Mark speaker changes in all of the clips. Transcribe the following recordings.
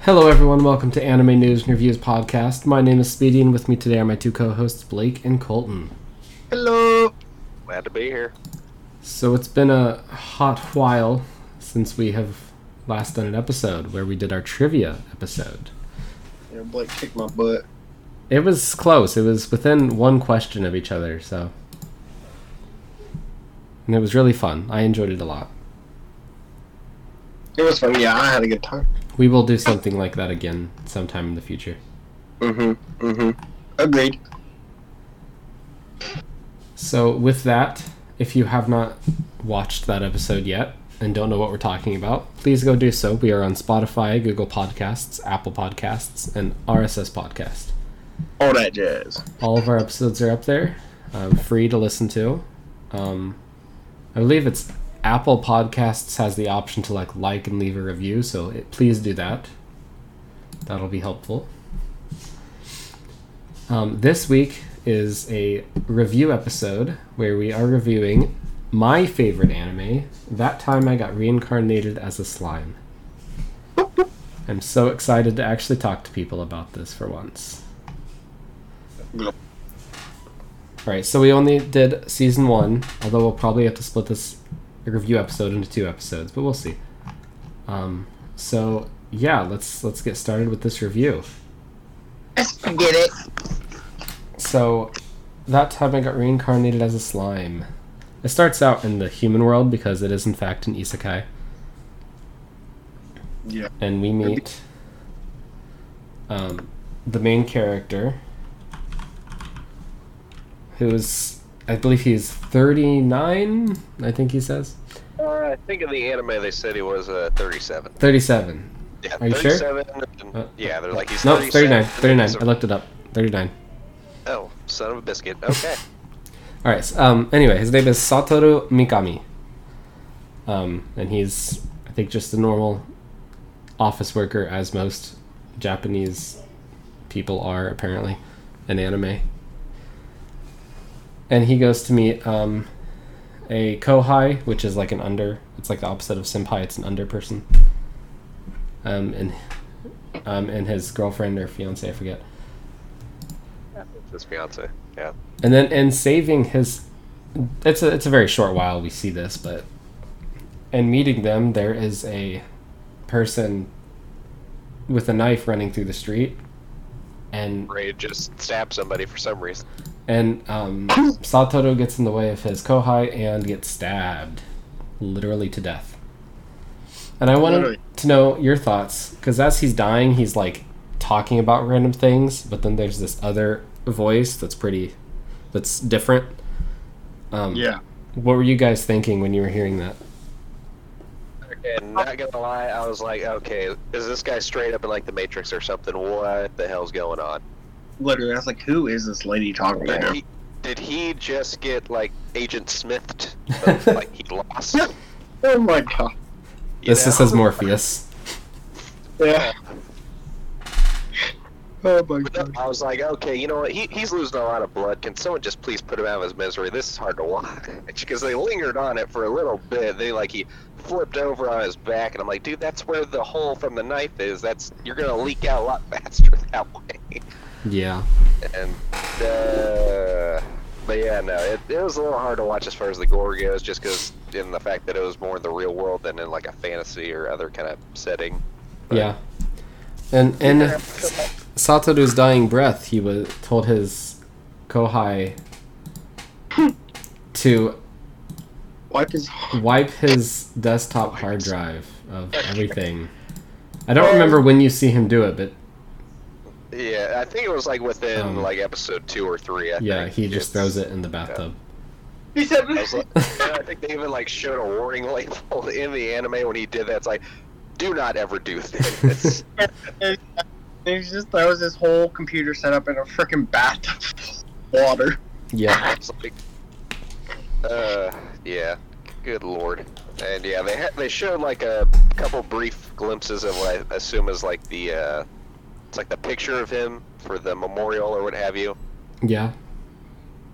Speaker 1: Hello, everyone. Welcome to Anime News and Reviews podcast. My name is Speedy, and with me today are my two co-hosts, Blake and Colton.
Speaker 2: Hello. Glad to be here.
Speaker 1: So it's been a hot while since we have last done an episode where we did our trivia episode.
Speaker 2: Yeah, Blake kicked my butt.
Speaker 1: It was close. It was within one question of each other, so and it was really fun. I enjoyed it a lot.
Speaker 2: It was fun. Yeah, I had a good time.
Speaker 1: We will do something like that again sometime in the future.
Speaker 2: Mm-hmm. Mm-hmm. Agreed.
Speaker 1: So, with that, if you have not watched that episode yet and don't know what we're talking about, please go do so. We are on Spotify, Google Podcasts, Apple Podcasts, and RSS Podcast.
Speaker 2: All that jazz.
Speaker 1: All of our episodes are up there, um, free to listen to. Um, I believe it's Apple Podcasts has the option to like like and leave a review, so it, please do that. That'll be helpful. Um, this week is a review episode where we are reviewing my favorite anime. That time I got reincarnated as a slime. I'm so excited to actually talk to people about this for once.
Speaker 2: Yep.
Speaker 1: All right, so we only did season one, although we'll probably have to split this review episode into two episodes, but we'll see. Um, so yeah, let's let's get started with this review.
Speaker 2: Let's get it.
Speaker 1: So that time I got reincarnated as a slime. It starts out in the human world because it is in fact an isekai,
Speaker 2: Yeah.
Speaker 1: and we meet um, the main character, who is I believe he's thirty nine. I think he says
Speaker 2: Uh, I think in the anime they said he was uh, 37.
Speaker 1: thirty seven.
Speaker 2: Yeah,
Speaker 1: Are you sure?
Speaker 2: 37. and-
Speaker 1: Uh,
Speaker 2: yeah, they're like he's
Speaker 1: No, 39.
Speaker 2: 37.
Speaker 1: 39.
Speaker 2: So-
Speaker 1: I looked it up. 39.
Speaker 2: oh, son of a biscuit. Okay.
Speaker 1: All right. So, um. Anyway, his name is Satoru Mikami. Um, and he's I think just a normal office worker, as most Japanese people are apparently, in anime. And he goes to meet um, a kohai, which is like an under. It's like the opposite of senpai. It's an under person. Um, and um, and his girlfriend or fiance, I forget.
Speaker 2: His fiance. Yeah.
Speaker 1: And then in saving his it's a it's a very short while we see this, but in meeting them there is a person with a knife running through the street and
Speaker 2: Ray just stabbed somebody for some reason.
Speaker 1: and um, Satoru gets in the way of his kohai and gets stabbed literally to death. And I wanted
Speaker 2: Literally.
Speaker 1: to know your thoughts cuz as he's dying he's like talking about random things, but then there's this other voice that's pretty that's different. Um, What were you guys thinking when you were hearing that?
Speaker 2: And not gonna lie, I was like, okay, is this guy straight up in like the Matrix or something? What the hell's going on?
Speaker 3: literally, I was like, "Who is this lady talking
Speaker 2: Did
Speaker 3: to?"
Speaker 2: he, did he just get like Agent Smithed? Of, like he lost. you
Speaker 3: Oh my god!
Speaker 1: This
Speaker 2: know?
Speaker 1: is his Morpheus.
Speaker 3: Yeah. Oh my
Speaker 2: But no, I was like, okay, you know what? He, he's losing a lot of blood. Can someone just please put him out of his misery? This is hard to watch because they lingered on it for a little bit. They like he flipped over on his back, and I'm like, dude, that's where the hole from the knife is. That's you're gonna leak out a lot faster that way.
Speaker 1: Yeah.
Speaker 2: And uh, but yeah, no, it, it was a little hard to watch as far as the gore goes, just because in the fact that it was more in the real world than in like a fantasy or other kind of setting.
Speaker 1: Yeah. And in Satoru's dying breath, he was told his kohai to
Speaker 3: Wipe his.
Speaker 1: wipe his desktop hard drive of everything. I don't remember when you see him do it, but
Speaker 2: Yeah, I think it was like within
Speaker 1: Um,
Speaker 2: like episode two or three. I
Speaker 1: yeah,
Speaker 2: think.
Speaker 1: he just
Speaker 2: It's-
Speaker 1: throws it in the bathtub.
Speaker 3: He said,
Speaker 2: I, was like, yeah, I think they even like showed a warning label in the anime when he did that. It's like, do not ever do this.
Speaker 3: "He just throws his whole computer setup in a freaking bathtub of water."
Speaker 1: Yeah.
Speaker 2: It's like, uh, yeah. Good lord. And yeah, they had, they showed like a couple brief glimpses of what I assume is like the uh, it's like the picture of him for the memorial or what have you.
Speaker 1: Yeah.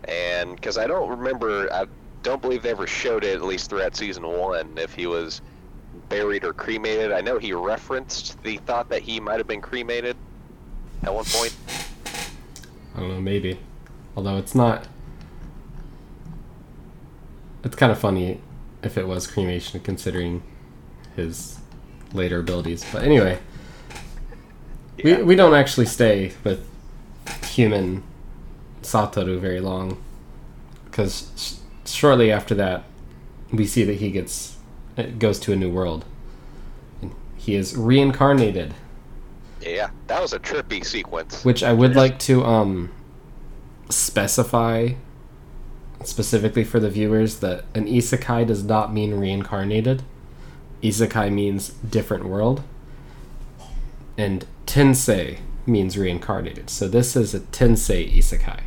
Speaker 2: And because I don't remember, I don't believe they ever showed it at least throughout season one if he was buried or cremated. I know he referenced the thought that he might have been cremated at one point.
Speaker 1: I don't know, maybe. Although it's not. It's kind of funny if it was cremation, considering his later abilities. But anyway,
Speaker 2: Yeah.
Speaker 1: we, we don't actually stay with human Satoru very long. Because sh- shortly after that, we see that he gets. It goes to a new world. And he is reincarnated.
Speaker 2: Yeah, that was a trippy sequence.
Speaker 1: which I would like to um specify specifically for the viewers that an isekai does not mean reincarnated. Isekai means different world. And tensei means reincarnated. So this is a tensei isekai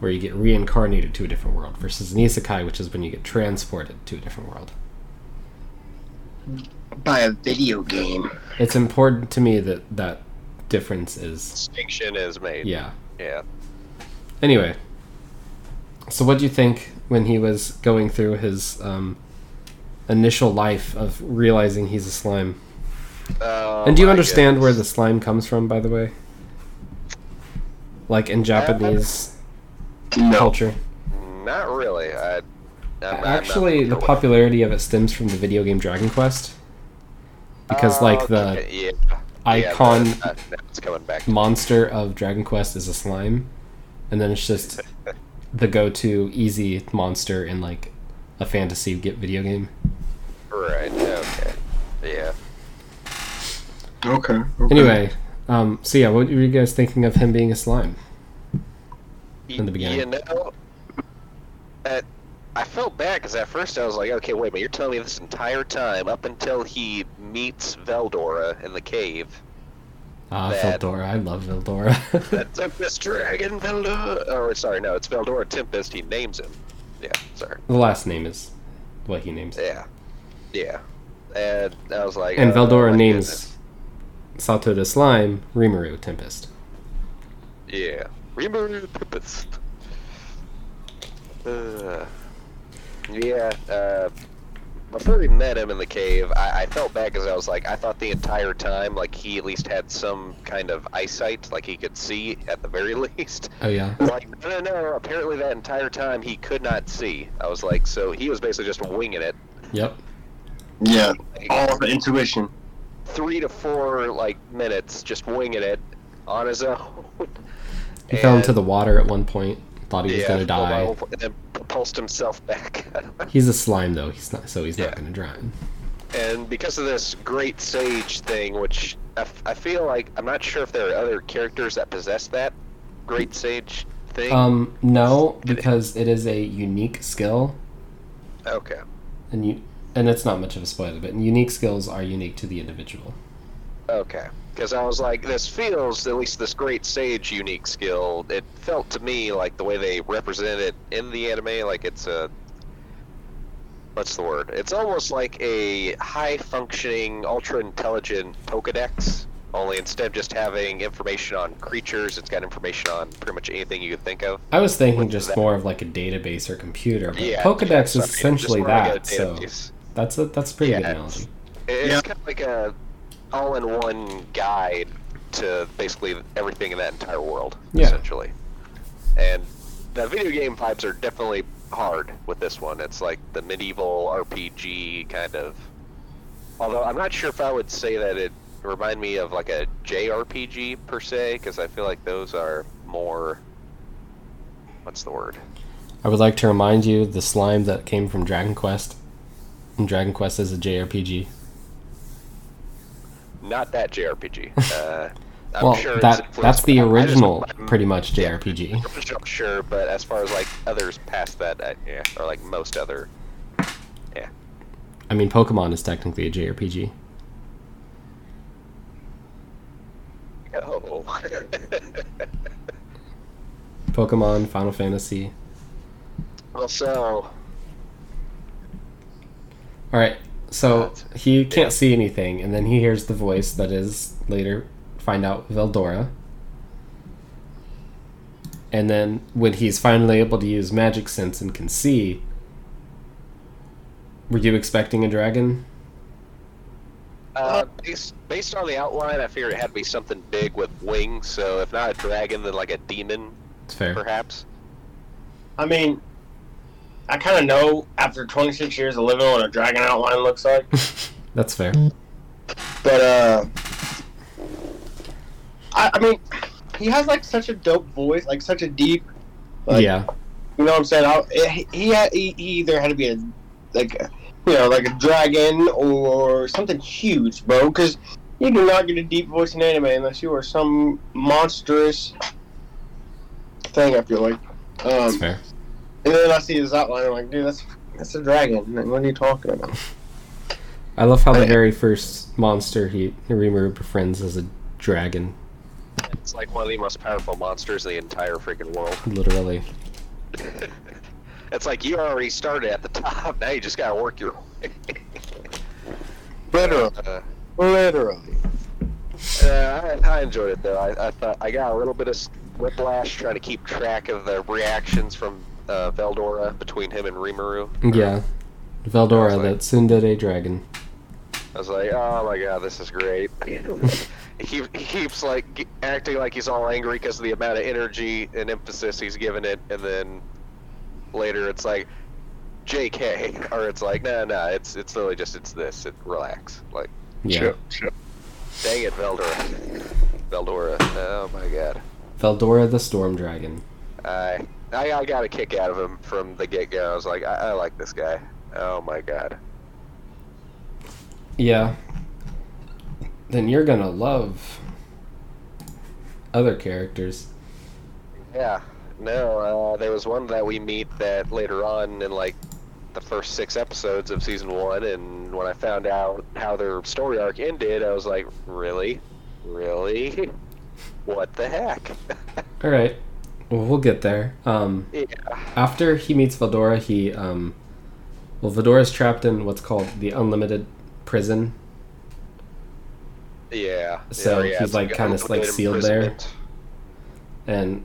Speaker 1: where you get reincarnated to a different world versus an isekai which is when you get transported to a different world.
Speaker 3: By a video game.
Speaker 1: It's important to me that that difference is
Speaker 2: Distinction is made.
Speaker 1: yeah.
Speaker 2: Yeah.
Speaker 1: Anyway, so what do you think when he was going through his um, initial life of realizing he's a slime?
Speaker 2: Oh
Speaker 1: and do you
Speaker 2: my
Speaker 1: understand where
Speaker 2: goodness.
Speaker 1: the slime comes from, by the way? Like in Japanese
Speaker 3: No.
Speaker 1: culture?
Speaker 2: Not really. I, I'm- I'm, not
Speaker 1: Actually, the
Speaker 2: sure what-
Speaker 1: popularity of it stems from the video game Dragon Quest. Because,
Speaker 2: Oh,
Speaker 1: like, the
Speaker 2: okay, yeah.
Speaker 1: icon-
Speaker 2: Yeah, uh, now it's coming back.
Speaker 1: monster of Dragon Quest is a slime, and then it's just the go to easy monster in, like, a fantasy get video game.
Speaker 2: Right. Okay. Yeah.
Speaker 3: Okay.
Speaker 1: Anyway, um, so yeah, what were you guys thinking of him being a slime? In the beginning.
Speaker 2: You know, at, I felt bad because at first I was like, okay, wait a minute, you're telling me this entire time up until he meets Veldora in the cave
Speaker 1: Ah,
Speaker 2: Bad.
Speaker 1: Veldora. I love Veldora.
Speaker 2: that Tempest Dragon Veldora. Or sorry, no, it's Veldora Tempest. He names him. Yeah. Sorry.
Speaker 1: the last name is what he names. it.
Speaker 2: Yeah. Yeah. And I was like,
Speaker 1: And
Speaker 2: oh,
Speaker 1: Veldora
Speaker 2: my
Speaker 1: names Sato the slime Rimuru Tempest.
Speaker 2: goodness. Yeah. Remember Tempest. Uh, yeah. Uh, before we met him in the cave, I, I felt bad because I was like, I thought the entire time, like he at least had some kind of eyesight, like he could see at the very least.
Speaker 1: Oh yeah.
Speaker 2: Like, no, no, no. Apparently, that entire time he could not see. I was like, so he was basically just winging it.
Speaker 1: Yep.
Speaker 3: Yeah.
Speaker 2: Like,
Speaker 3: All the intuition.
Speaker 2: three to four like minutes just winging it on his own.
Speaker 1: He fell into
Speaker 2: And-
Speaker 1: the water at one point. Thought he was
Speaker 2: yeah,
Speaker 1: gonna
Speaker 2: well,
Speaker 1: die.
Speaker 2: well, And then propulsed himself back.
Speaker 1: He's a slime though. He's not. So he's
Speaker 2: Yeah.
Speaker 1: not gonna drown.
Speaker 2: and because of this great sage thing, which I, f- I feel like I'm not sure if there are other characters that possess that great sage thing.
Speaker 1: Um, no, because it is a unique skill,
Speaker 2: okay.
Speaker 1: and you and it's not much of a spoiler, but unique skills are unique to the individual.
Speaker 2: Okay. Because I was like, this feels, at least this great sage unique skill, it felt to me like the way they represented it in the anime, like it's a. What's the word? It's almost like a high functioning, ultra intelligent Pokedex, only instead of just having information on creatures, it's got information on pretty much anything you could think of.
Speaker 1: I was thinking
Speaker 2: With
Speaker 1: just
Speaker 2: that-
Speaker 1: more of like a database or computer, but
Speaker 2: Yeah.
Speaker 1: Pokedex
Speaker 2: yeah,
Speaker 1: is
Speaker 2: sorry,
Speaker 1: essentially
Speaker 2: just more like a
Speaker 1: that. So
Speaker 2: database.
Speaker 1: that's a that's a pretty good
Speaker 2: Yeah,
Speaker 1: analogy.
Speaker 2: It's
Speaker 3: Yeah.
Speaker 2: kind of like a all in one guide to basically everything in that entire world,
Speaker 1: Yeah.
Speaker 2: essentially. And the video game vibes are definitely hard with this one. It's like the medieval RPG kind of. Although I'm not sure if I would say that it remind me of like a JRPG per se, because I feel like those are more. What's the word?
Speaker 1: I would like to remind you the slime that came from Dragon Quest. And Dragon Quest is a JRPG.
Speaker 2: Not that JRPG. Uh, I'm
Speaker 1: well,
Speaker 2: sure it's
Speaker 1: that
Speaker 2: influenced
Speaker 1: that's the
Speaker 2: by- I just-
Speaker 1: original,
Speaker 2: I'm-
Speaker 1: pretty much JRPG.
Speaker 2: Sure, sure, but as far as like others past that, I, yeah, or like most other, yeah,
Speaker 1: I mean, Pokemon is technically a JRPG.
Speaker 2: no,
Speaker 1: Pokemon, Final Fantasy.
Speaker 2: well, so
Speaker 1: All right, so
Speaker 2: That's-
Speaker 1: he can't see anything, and then he hears the voice that is later find out Veldora. And then when he's finally able to use magic sense and can see, were you expecting a dragon?
Speaker 2: Uh, based, based on the outline, I figured it had to be something big with wings. So if not a dragon, then like a demon,
Speaker 1: It's fair.
Speaker 2: perhaps.
Speaker 3: I mean, I kind of know after 26 years of living what a dragon outline looks like,
Speaker 1: That's fair.
Speaker 3: but uh, I, I mean, he has like such a dope voice, like such a deep, like,
Speaker 1: yeah.
Speaker 3: You know what I'm saying? I, he, he had- he he either had to be a like a, you know like a dragon or something huge, bro. Because you do not get a deep voice in anime unless you are some monstrous thing. I feel like.
Speaker 1: That's
Speaker 3: Um,
Speaker 1: fair.
Speaker 3: and then I see his outline. I'm like, dude, that's that's a dragon. Like, what are you talking about?
Speaker 1: I love how the
Speaker 3: I-
Speaker 1: very first monster he Rimuru befriends is a dragon,
Speaker 2: It's like one of the most powerful monsters in the entire freaking world.
Speaker 1: literally.
Speaker 2: It's like you already started at the top. Now you just gotta work your way.
Speaker 3: Literally,
Speaker 2: Uh,
Speaker 3: literally.
Speaker 2: uh, I, I enjoyed it though. I, I thought I got a little bit of s- whiplash trying to keep track of the reactions from uh, Veldora between him and Rimuru.
Speaker 1: Yeah. Veldora,
Speaker 2: Sounds like-
Speaker 1: that Tsundere dragon.
Speaker 2: I was like, oh my god, this is great. he, he keeps like g- acting like he's all angry because of the amount of energy and emphasis he's giving it, and then later it's like, J.K. or it's like, no, no, it's it's literally just it's this. It relax, like.
Speaker 1: Yeah.
Speaker 2: Dang it, Veldora. Veldora. Oh my god.
Speaker 1: Veldora the storm dragon.
Speaker 2: I I, I got a kick out of him from the get go. I was like, I, I like this guy. Oh my god.
Speaker 1: Yeah. Then you're gonna love other characters.
Speaker 2: Yeah. No, uh, there was one that we meet that later on in like the first six episodes of season one, and when I found out how their story arc ended, I was like, really, really, what the heck?
Speaker 1: All right. Well, we'll get there. Um,
Speaker 2: yeah.
Speaker 1: after he meets Veldora, he um, well, Vedora's trapped in what's called the unlimited prison.
Speaker 2: Yeah.
Speaker 1: So
Speaker 2: yeah, yeah,
Speaker 1: he's,
Speaker 2: it's
Speaker 1: like, kinda, like,
Speaker 2: unlimited
Speaker 1: sealed there?
Speaker 2: imprisonment.
Speaker 1: and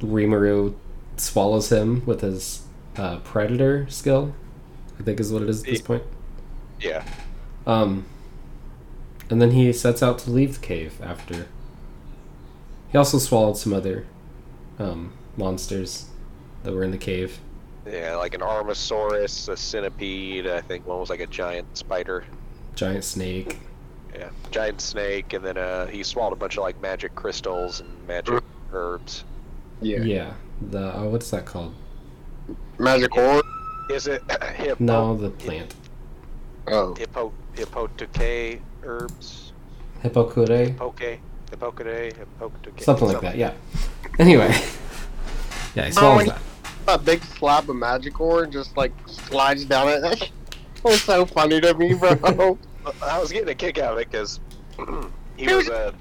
Speaker 1: Rimuru swallows him with his uh, predator skill. I think is what it is at this
Speaker 2: Yeah.
Speaker 1: point.
Speaker 2: Yeah.
Speaker 1: Um, and then he sets out to leave the cave after. He also swallowed some other um, monsters that were in the cave.
Speaker 2: Yeah, like an Armosaurus, a centipede. I think one was like a giant spider,
Speaker 1: Giant snake.
Speaker 2: yeah, giant snake, and then uh, he swallowed a bunch of like magic crystals and magic herbs.
Speaker 1: Yeah.
Speaker 3: Yeah.
Speaker 1: The oh, what's that called?
Speaker 3: Magic orb.
Speaker 2: Is it hippo?
Speaker 1: No, the plant.
Speaker 3: Oh,
Speaker 2: Hippo hippotuke herbs?
Speaker 1: Hippocure.
Speaker 2: Poke hippocate hippotuke.
Speaker 1: Something like that. Yeah. Anyway. Yeah, he swallows that.
Speaker 3: a big slab of magic orb just like slides down it. It's so funny to me, bro.
Speaker 2: I was getting a kick out of it because he was uh,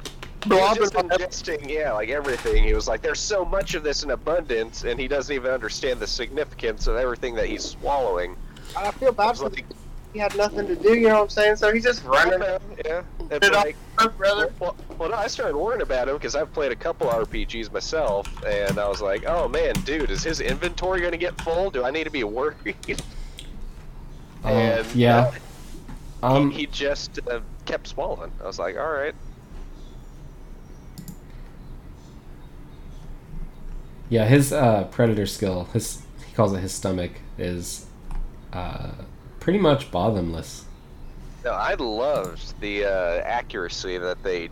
Speaker 2: He was
Speaker 3: Blob
Speaker 2: just
Speaker 3: and-
Speaker 2: ingesting, yeah, like everything. He was like, "There's so much of this in abundance," and he doesn't even understand the significance of everything that he's swallowing.
Speaker 3: I feel
Speaker 2: I
Speaker 3: bad
Speaker 2: was
Speaker 3: for
Speaker 2: like,
Speaker 3: he had nothing to do, you know what I'm saying? So he's just
Speaker 2: I
Speaker 3: running
Speaker 2: know, yeah. It's
Speaker 3: it off,
Speaker 2: like,
Speaker 3: brother.
Speaker 2: well, well, no, I started worrying about him because I've played a couple RPGs myself, and I was like, "Oh man, dude, is his inventory gonna get full? Do I need to be worried?"
Speaker 1: Uh,
Speaker 2: and
Speaker 1: yeah.
Speaker 2: uh,
Speaker 1: Um,
Speaker 2: he, he just uh, kept swallowing. I was like, "All right,
Speaker 1: Yeah, his uh, predator skill, his he calls it his stomach, is uh, pretty much bottomless.
Speaker 2: No, I loved the uh, accuracy that they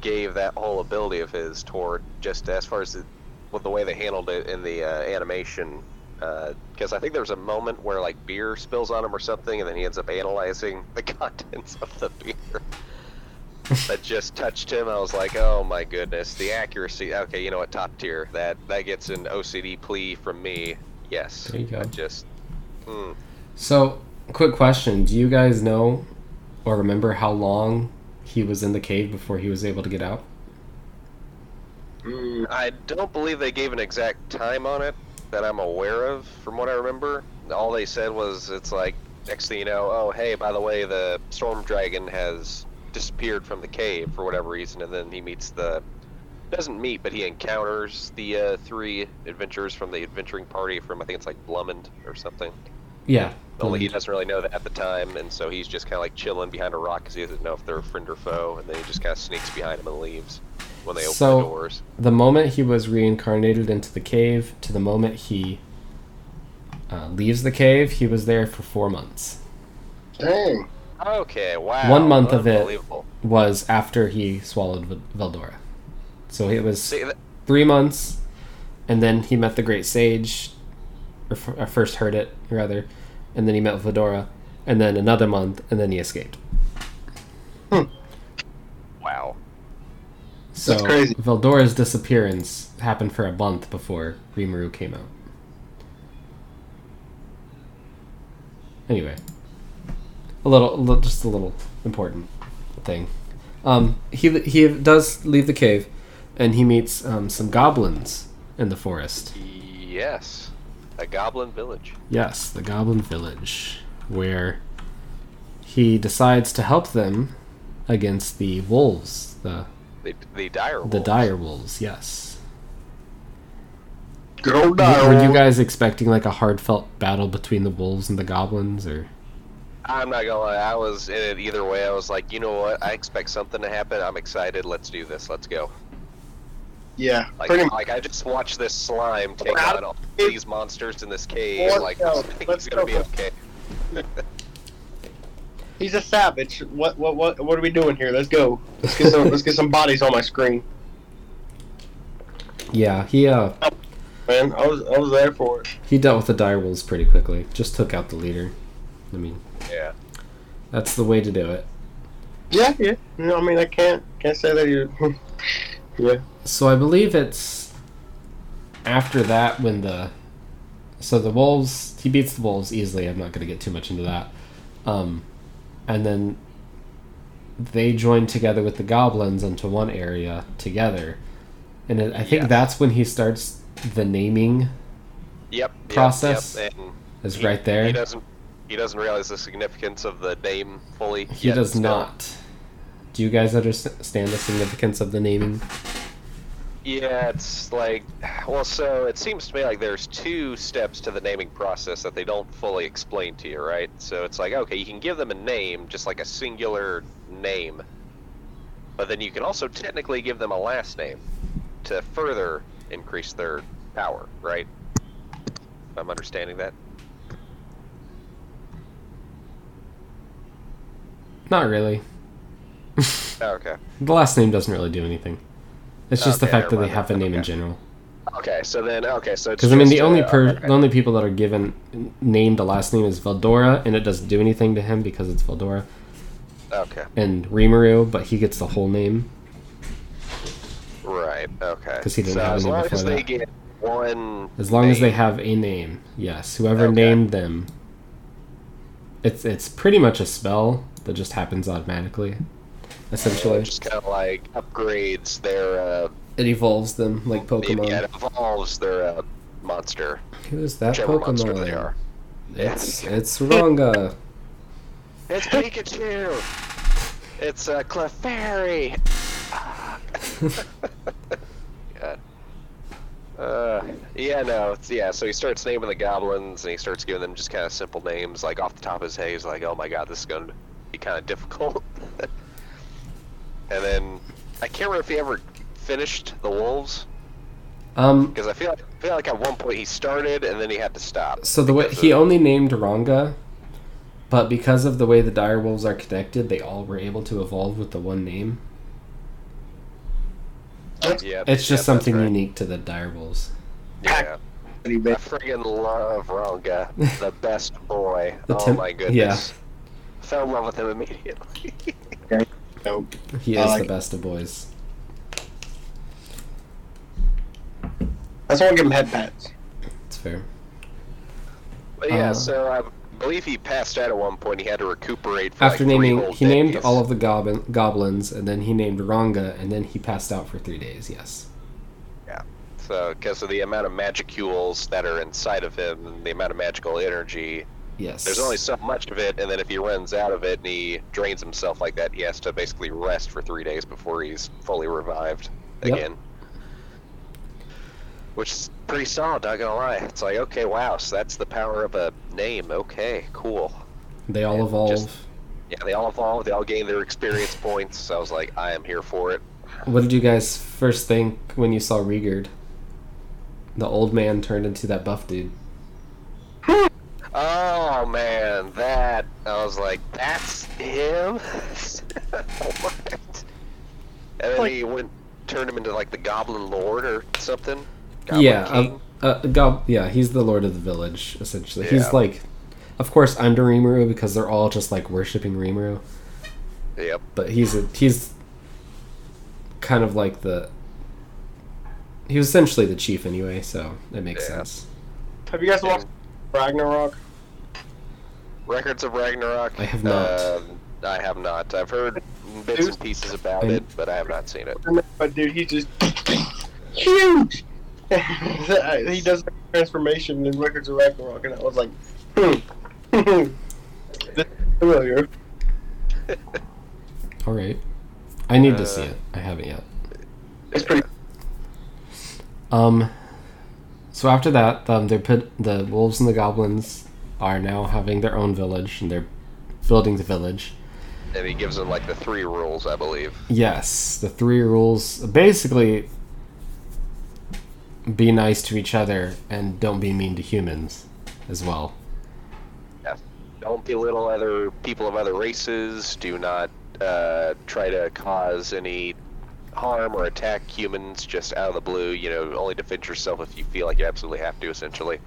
Speaker 2: gave that whole ability of his toward just as far as the, well, the way they handled it in the uh, animation. Because I think there was a moment where like beer spills on him or something, and then he ends up analyzing the contents of the beer that just touched him. I was like, oh my goodness, the accuracy. Okay, you know what? Top tier. That that gets an OCD plea from me. Yes.
Speaker 1: There you go.
Speaker 2: I just. Mm.
Speaker 1: So, quick question: Do you guys know or remember how long he was in the cave before he was able to get out?
Speaker 3: Mm,
Speaker 2: I don't believe they gave an exact time on it that I'm aware of, from what I remember. All they said was it's like, next thing you know, oh, hey, by the way, the storm dragon has disappeared from the cave for whatever reason, and then he meets the. Doesn't meet, but he encounters the uh, three adventurers from the adventuring party from, I think it's like Blummond or something.
Speaker 1: Yeah.
Speaker 2: Only he
Speaker 1: Blade.
Speaker 2: doesn't really know that at the time, and so he's just kind of like chilling behind a rock because he doesn't know if they're friend or foe, and then he just kind of sneaks behind them and leaves when they open
Speaker 1: So-
Speaker 2: the doors.
Speaker 1: the moment he was reincarnated into the cave to the moment he uh, leaves the cave, he was there for four months.
Speaker 3: Dang.
Speaker 2: Okay, wow.
Speaker 1: One month of it.
Speaker 2: Unbelievable.
Speaker 1: Was after he swallowed Vel- Veldora. So it was
Speaker 2: See, th-
Speaker 1: three months, and then he met the Great Sage, or, f- or first heard it, rather, and then he met Veldora, and then another month, and then he escaped.
Speaker 2: wow.
Speaker 1: So
Speaker 3: crazy.
Speaker 1: Veldora's disappearance happened for a month before Rimuru came out. Anyway, a little, li- just a little important thing. Um, he he does leave the cave, and he meets um, some goblins in the forest.
Speaker 2: Yes. A goblin village.
Speaker 1: Yes, the Goblin Village, where he decides to help them against the wolves, the
Speaker 2: The, the dire
Speaker 1: the
Speaker 2: wolves.
Speaker 1: dire wolves. Yes.
Speaker 3: Good old
Speaker 1: Were were you
Speaker 3: dial.
Speaker 1: guys expecting like a heartfelt battle between the wolves and the goblins, or
Speaker 2: I'm not gonna lie, I was in it either way. I was like, you know what? I expect something to happen. I'm excited. Let's do this. Let's go.
Speaker 3: yeah,
Speaker 2: Like,
Speaker 3: pretty much.
Speaker 2: like I just watched this slime take
Speaker 3: Well,
Speaker 2: out all
Speaker 3: it-
Speaker 2: these monsters in this cave.
Speaker 3: Let's
Speaker 2: like,
Speaker 3: go.
Speaker 2: I think
Speaker 3: Let's
Speaker 2: he's gonna
Speaker 3: go.
Speaker 2: be okay.
Speaker 3: He's a savage. What what what what are we doing here? Let's go. Let's get some let's get some bodies on my screen.
Speaker 1: yeah, he uh
Speaker 3: Man, I was I was there for it.
Speaker 1: he dealt with the dire wolves pretty quickly. Just took out the leader. I mean,
Speaker 2: Yeah.
Speaker 1: that's the way to do it.
Speaker 3: Yeah, yeah. No, I mean I can't can't say that you Yeah.
Speaker 1: So I believe it's after that when the so the wolves he beats the wolves easily. I'm not going to get too much into that. Um, and then they join together with the goblins into one area together, and it, I think
Speaker 2: Yes.
Speaker 1: that's when he starts the naming
Speaker 2: Yep. yep,
Speaker 1: Process.
Speaker 2: Yep, and
Speaker 1: is
Speaker 2: he-
Speaker 1: right there.
Speaker 2: He doesn't. He doesn't realize the significance of the name fully.
Speaker 1: He
Speaker 2: yet,
Speaker 1: does
Speaker 2: so-
Speaker 1: not. Do you guys understand the significance of the naming?
Speaker 2: Yeah, it's like, well, so it seems to me like there's two steps to the naming process that they don't fully explain to you, right? So it's like, okay, you can give them a name, just like a singular name, but then you can also technically give them a last name to further increase their power, right? If I'm understanding that.
Speaker 1: Not really.
Speaker 2: Oh, okay.
Speaker 1: The last name doesn't really do anything. It's just the
Speaker 2: Okay,
Speaker 1: fact that
Speaker 2: never
Speaker 1: they
Speaker 2: mind.
Speaker 1: have a name in
Speaker 2: Okay.
Speaker 1: general.
Speaker 2: Okay, so then, okay, so it's
Speaker 1: Because I mean, the
Speaker 2: just,
Speaker 1: only
Speaker 2: uh,
Speaker 1: per-
Speaker 2: okay.
Speaker 1: the only people that are given named a last name is Veldora, and it doesn't do anything to him because it's Veldora
Speaker 2: okay,
Speaker 1: and Rimuru, but he gets the whole name.
Speaker 2: right, okay.
Speaker 1: 'Cause he didn't
Speaker 2: so
Speaker 1: have a
Speaker 2: as
Speaker 1: name
Speaker 2: long
Speaker 1: before
Speaker 2: as they
Speaker 1: that.
Speaker 2: get one,
Speaker 1: As long as they
Speaker 2: name-
Speaker 1: have a name, yes. Whoever
Speaker 2: Okay.
Speaker 1: named them, it's it's pretty much a spell that just happens automatically,
Speaker 2: So
Speaker 1: essentially.
Speaker 2: it just kind of like upgrades their uh,
Speaker 1: It evolves them like Pokemon.
Speaker 2: yeah, it evolves their uh, monster,
Speaker 1: Who is that
Speaker 2: whichever monster
Speaker 1: Pokemon?
Speaker 2: they are.
Speaker 1: It's it's Ronga.
Speaker 2: It's Pikachu. It's uh, Clefairy. Ah. God. Uh, yeah, no, it's, yeah. So he starts naming the goblins, and he starts giving them just kind of simple names, like off the top of his head. He's like, "Oh my god, this is gonna be kind of difficult." and then I can't remember if he ever finished the wolves.
Speaker 1: Um.
Speaker 2: Because I feel like, I feel like at one point he started and then he had to stop.
Speaker 1: So the way
Speaker 2: because
Speaker 1: he
Speaker 2: of-
Speaker 1: only named Ronga, but because of the way the dire wolves are connected, they all were able to evolve with the one name.
Speaker 2: yeah,
Speaker 1: It's
Speaker 2: yeah,
Speaker 1: just something
Speaker 2: that's right.
Speaker 1: unique to the dire wolves.
Speaker 2: Yeah.
Speaker 3: Pretty
Speaker 2: I
Speaker 3: big.
Speaker 2: friggin' love Ronga, the best boy.
Speaker 1: The
Speaker 2: oh
Speaker 1: temp-
Speaker 2: my
Speaker 1: yeah.
Speaker 2: goodness. Fell in love with him immediately.
Speaker 3: No.
Speaker 1: He
Speaker 3: I
Speaker 1: is
Speaker 3: like
Speaker 1: the
Speaker 3: it.
Speaker 1: best of boys.
Speaker 3: That's why I give him head pats.
Speaker 1: It's fair.
Speaker 2: but yeah,
Speaker 1: Uh.
Speaker 2: so I believe he passed out at one point. He had to recuperate for
Speaker 1: After
Speaker 2: like three
Speaker 1: naming,
Speaker 2: whole
Speaker 1: he named
Speaker 2: days.
Speaker 1: all of the goblin, goblins, and then he named Ronga, and then he passed out for three days. Yes.
Speaker 2: So, because of the amount of magicules that are inside of him and the amount of magical energy,
Speaker 1: Yes.
Speaker 2: There's only so much of it, and then if he runs out of it and he drains himself like that, he has to basically rest for three days before he's fully revived
Speaker 1: Yep.
Speaker 2: again. which is pretty solid. Not gonna lie, it's like okay, wow. So that's the power of a name. Okay, cool.
Speaker 1: They all
Speaker 2: Yeah,
Speaker 1: evolve.
Speaker 2: just- Yeah, they all evolved. They all gained their experience points. So I was like, I am here for it.
Speaker 1: What did you guys first think when you saw Rigurd? The old man turned into that buff dude.
Speaker 2: Oh man, that I was like, that's him. what? And then
Speaker 3: Like-
Speaker 2: he went, turned him into like the Goblin Lord or something. Goblin
Speaker 1: yeah,
Speaker 2: King.
Speaker 1: uh, uh, Gob- yeah, he's the lord of the village essentially.
Speaker 2: Yeah.
Speaker 1: He's like, of course, under Rimuru because they're all just like worshiping Rimuru,
Speaker 2: yep.
Speaker 1: but he's a, he's kind of like the. He was essentially the chief anyway, so it makes
Speaker 2: Yeah.
Speaker 1: sense.
Speaker 3: Have you guys watched Ragnarok?
Speaker 2: Records of Ragnarok.
Speaker 1: I have not.
Speaker 2: Um, I have not. I've heard bits and pieces about
Speaker 1: I-
Speaker 2: it, but I have not seen it.
Speaker 3: But dude, he's just huge. he does the transformation in Records of Ragnarok, and I was like, hmm, this is familiar.
Speaker 1: All right, I need to see
Speaker 2: Uh,
Speaker 1: it. I haven't yet.
Speaker 3: It's pretty.
Speaker 1: Um, so after that, um, they're put the wolves and the goblins are now having their own village and they're building the village.
Speaker 2: And he gives them like the three rules, I believe.
Speaker 1: Yes, the three rules basically be nice to each other and don't be mean to humans as well.
Speaker 2: Yeah. Don't belittle other people of other races. Do not uh, try to cause any harm or attack humans just out of the blue. You know, only defend yourself if you feel like you absolutely have to, essentially,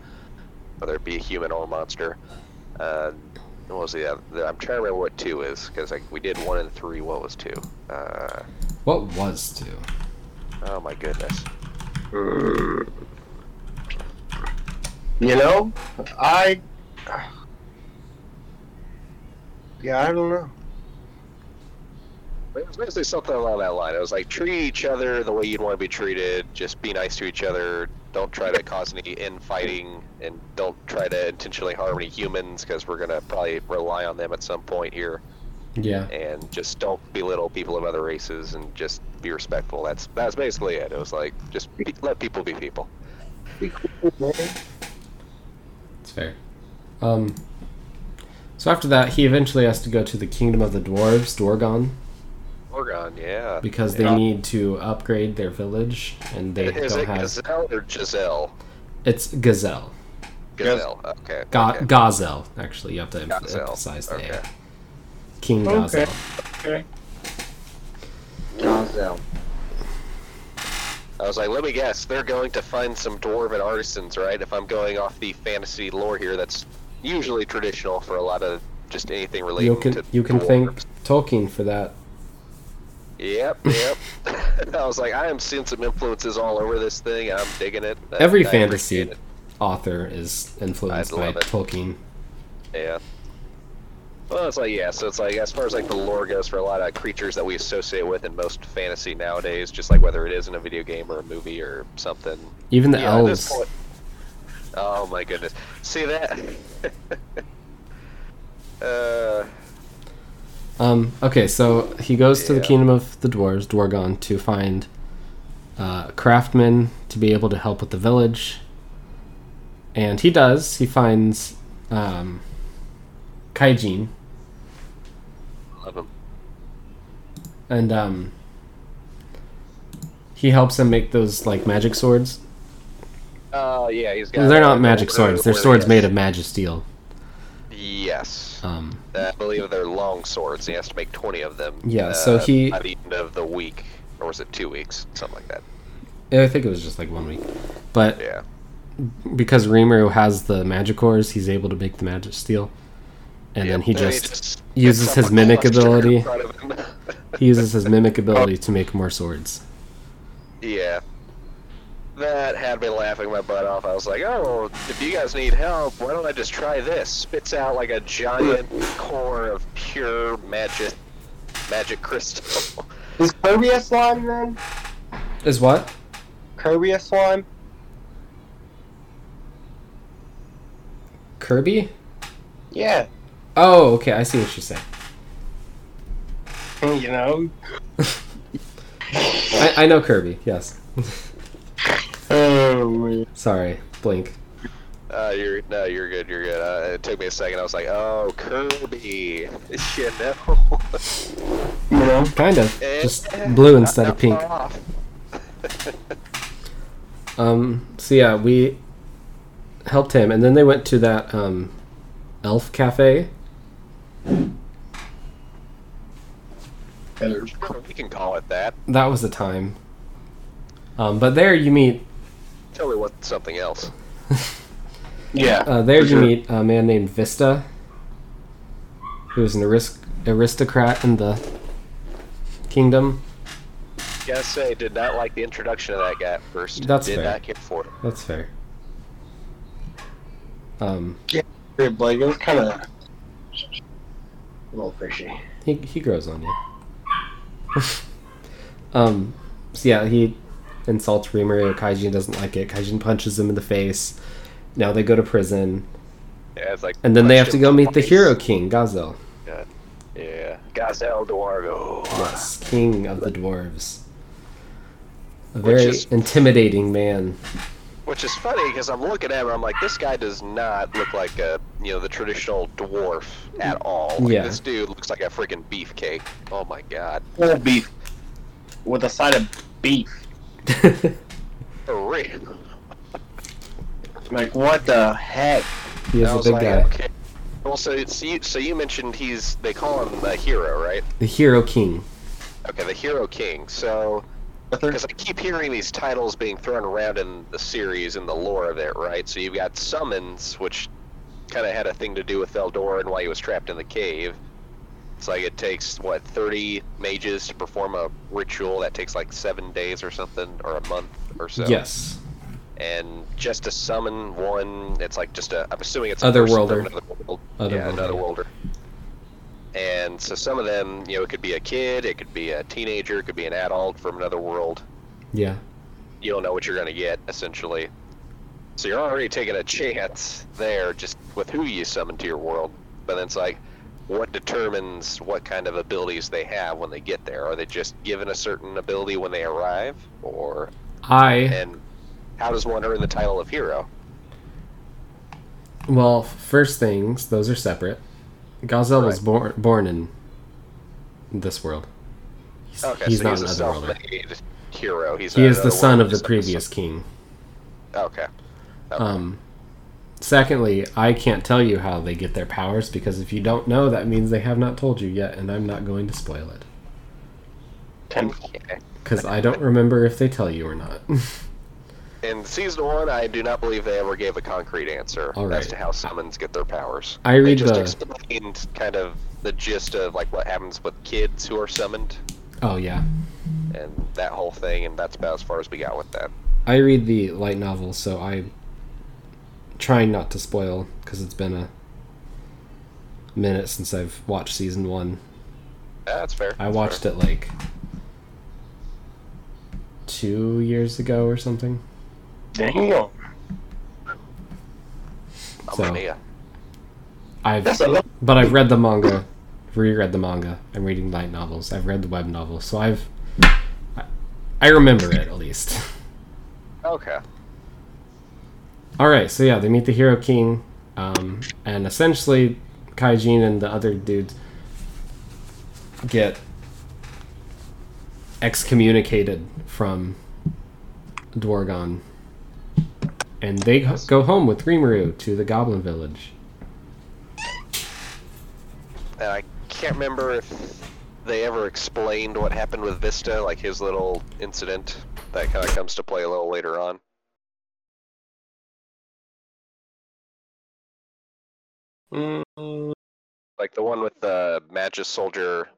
Speaker 2: whether it be a human or a monster. Uh, what was the other? I'm trying to remember what two is because like, we did one and three. What was two? Uh,
Speaker 1: What was to?
Speaker 2: oh my goodness.
Speaker 3: You know, I. Yeah, I don't know.
Speaker 2: It was basically something along that line. It was like treat each other the way you'd want to be treated. Just be nice to each other. Don't try to cause any infighting, and don't try to intentionally harm any humans because we're gonna probably rely on them at some point here.
Speaker 1: Yeah.
Speaker 2: And just don't belittle people of other races, and just be respectful. That's that's basically it. It was like just be, let people be people.
Speaker 1: It's fair. Um, so after that, he eventually has to go to the kingdom of the dwarves, Dorgon,
Speaker 2: Orgon, yeah.
Speaker 1: because they need to upgrade their village, and they
Speaker 2: Is
Speaker 1: don't
Speaker 2: it
Speaker 1: have.
Speaker 2: Gazelle or Giselle?
Speaker 1: It's Gazelle,
Speaker 2: Gazelle. Okay.
Speaker 1: Ga-
Speaker 2: okay.
Speaker 1: Gazelle. Actually, you have to em-
Speaker 2: Gazelle,
Speaker 1: emphasize the
Speaker 2: okay.
Speaker 1: A. King
Speaker 3: Okay.
Speaker 1: Gazelle.
Speaker 3: Okay.
Speaker 2: I was like, let me guess, they're going to find some dwarven artisans, right? If I'm going off the fantasy lore here, that's usually traditional for a lot of just anything related
Speaker 1: You can
Speaker 2: to
Speaker 1: you can
Speaker 2: dwarves.
Speaker 1: thank Tolkien for that.
Speaker 2: Yep, yep. I was like, I am seeing some influences all over this thing. I'm digging it. I-
Speaker 1: Every
Speaker 2: I
Speaker 1: fantasy
Speaker 2: appreciate
Speaker 1: author is influenced
Speaker 2: I'd
Speaker 1: by
Speaker 2: love it.
Speaker 1: Tolkien.
Speaker 2: it. Yeah. Well, it's like yeah, so it's like as far as like the lore goes for a lot of creatures that we associate with in most fantasy nowadays, just like whether it is in a video game or a movie or something,
Speaker 1: Even the
Speaker 2: Yeah, at this
Speaker 1: elves.
Speaker 2: point- Oh my goodness. See that? uh,
Speaker 1: Um, okay, so he goes to the
Speaker 2: Yeah.
Speaker 1: kingdom of the dwarves, Dwargon, to find uh, craftsmen to be able to help with the village, and he does. He finds um, Kaijin,
Speaker 2: love him.
Speaker 1: and um, he helps him make those like magic swords.
Speaker 2: Uh, yeah, he's got.
Speaker 1: They're not magic
Speaker 2: Where-
Speaker 1: swords. They're
Speaker 2: where-
Speaker 1: swords
Speaker 2: yes.
Speaker 1: made of Um, magic steel.
Speaker 2: Yes,
Speaker 1: Um,
Speaker 2: I believe they're long swords. He has to make twenty of them.
Speaker 1: Yeah, so he-
Speaker 2: At the end of the week, or was it two weeks? Something like that.
Speaker 1: I think it was just like one week, but
Speaker 2: Yeah.
Speaker 1: because Rimuru has the Magikors, he's able to make the magic steel. And then he
Speaker 2: Yep. And
Speaker 1: just,
Speaker 2: gets
Speaker 1: uses his
Speaker 2: someone
Speaker 1: mimic
Speaker 2: clustered in
Speaker 1: ability.
Speaker 2: front of him.
Speaker 1: he uses his mimic ability to make more swords.
Speaker 2: yeah. That had me laughing my butt off. I was like, oh, if you guys need help, why don't I just try this? Spits out like a giant core of pure magic, magic crystal.
Speaker 3: Is Kirby a slime then?
Speaker 1: Is what?
Speaker 3: Kirby a slime?
Speaker 1: Kirby?
Speaker 3: Yeah.
Speaker 1: Oh, okay, I see what you're saying.
Speaker 3: You know.
Speaker 1: I, I know Kirby, yes.
Speaker 3: Oh
Speaker 1: Sorry, blink.
Speaker 2: Uh, you're no, you're good. You're good. Uh, it took me a second. I was like, "Oh, Kirby," you know.
Speaker 3: You know?
Speaker 1: Kind of.
Speaker 2: Eh,
Speaker 1: Just blue instead
Speaker 2: not
Speaker 1: of pink.
Speaker 2: far off.
Speaker 1: Um, so yeah, we helped him, and then they went to that um, elf cafe.
Speaker 3: Better.
Speaker 2: We can call it that.
Speaker 1: That was the time. Um, but there you meet
Speaker 2: Tell me what something else.
Speaker 3: Yeah.
Speaker 1: uh, there
Speaker 3: for
Speaker 1: you
Speaker 3: sure.
Speaker 1: meet a man named Vista, who is an aris- aristocrat in the kingdom.
Speaker 2: Gotta say, did not like the introduction of that guy at first.
Speaker 1: That's
Speaker 2: did
Speaker 1: fair.
Speaker 2: not care for it.
Speaker 1: That's fair. Um,
Speaker 3: Great, Blake. It was kind of a little fishy.
Speaker 1: He he grows on you. um, so yeah, he insults Rimuru. Kaijin doesn't like it. Kaijin punches him in the face. Now they go to prison,
Speaker 2: Yeah, it's like.
Speaker 1: and then they have to go meet the
Speaker 2: twice.
Speaker 1: hero king, Gazel.
Speaker 2: Yeah, Gazel Duargo.
Speaker 1: Yes, king of the dwarves. A
Speaker 2: Which
Speaker 1: very
Speaker 2: is-
Speaker 1: intimidating man.
Speaker 2: Which is funny because I'm looking at him. I'm like, this guy does not look like a you know the traditional dwarf at all. Like,
Speaker 1: Yeah.
Speaker 2: This dude looks like a freaking beefcake. Oh my god.
Speaker 3: Whole beef with a side of beef.
Speaker 1: he
Speaker 2: For real.
Speaker 3: Like what the heck?
Speaker 1: is
Speaker 2: I
Speaker 1: a
Speaker 2: was
Speaker 1: big
Speaker 2: like,
Speaker 1: guy.
Speaker 2: Okay. Well, so, so you so you mentioned he's they call him the hero, right?
Speaker 1: The hero king.
Speaker 2: Okay, the hero king. So Because I keep hearing these titles being thrown around in the series and the lore of it, right? So you've got Summons, which kind of had a thing to do with Eldor and why he was trapped in the cave. It's like it takes, what, 30 mages to perform a ritual that takes like seven days or something, or a month or so.
Speaker 1: Yes.
Speaker 2: And just to summon one, it's like just a. I'm assuming it's a
Speaker 1: Otherworlder.
Speaker 2: person from Another world.
Speaker 1: Otherworlder,
Speaker 2: yeah, another
Speaker 1: yeah.
Speaker 2: worlder. And so some of them, you know, it could be a kid, it could be a teenager, it could be an adult from another world
Speaker 1: Yeah.
Speaker 2: you don't know what you're going to get essentially so you're already taking a chance there just with who you summon to your world but then it's like what determines what kind of abilities they have when they get there are they just given a certain ability when they arrive or
Speaker 1: I
Speaker 2: and how does one earn the title of hero
Speaker 1: well, first things those are separate. Gazel was
Speaker 2: Right.
Speaker 1: born born in this world. He's,
Speaker 2: okay
Speaker 1: he's
Speaker 2: so
Speaker 1: not
Speaker 2: he's
Speaker 1: an
Speaker 2: a
Speaker 1: otherworlder.
Speaker 2: self-made hero he's
Speaker 1: He
Speaker 2: not
Speaker 1: is the
Speaker 2: another
Speaker 1: son
Speaker 2: one
Speaker 1: of the
Speaker 2: who's-
Speaker 1: previous king.
Speaker 2: okay
Speaker 1: Um, secondly, I can't tell you how they get their powers because if you don't know, that means they have not told you yet, and I'm not going to spoil it
Speaker 3: Ten.
Speaker 2: okay
Speaker 1: because I don't remember if they tell you or not.
Speaker 2: in season one, I do not believe they ever gave a concrete answer
Speaker 1: All
Speaker 2: as
Speaker 1: right.
Speaker 2: to how summons get their powers.
Speaker 1: I read
Speaker 2: they just
Speaker 1: the-
Speaker 2: explained kind of the gist of like what happens with kids who are summoned
Speaker 1: oh yeah,
Speaker 2: and that whole thing, and that's about as far as we got with that.
Speaker 1: I read the light novel, so I'm trying not to spoil because it's been a minute since I've watched season one.
Speaker 2: That's fair.
Speaker 1: I watched it like two years ago or something.
Speaker 3: Damn.
Speaker 1: so-
Speaker 2: Yeah.
Speaker 1: I've
Speaker 3: That's a lot.
Speaker 1: But I've read the manga, reread the manga. I'm reading light novels. I've read the web novels, so I've I- I remember it at least.
Speaker 2: Okay.
Speaker 1: All right, so yeah, they meet the hero king, um, and essentially, Kaijin and the other dudes get excommunicated from Dwargon, and they go- go home with Rimuru to the Goblin Village.
Speaker 2: And I can't remember if they ever explained what happened with Vista, like his little incident that kind of comes to play a little later on.
Speaker 3: Mm,
Speaker 2: Like the one with the Magus Soldier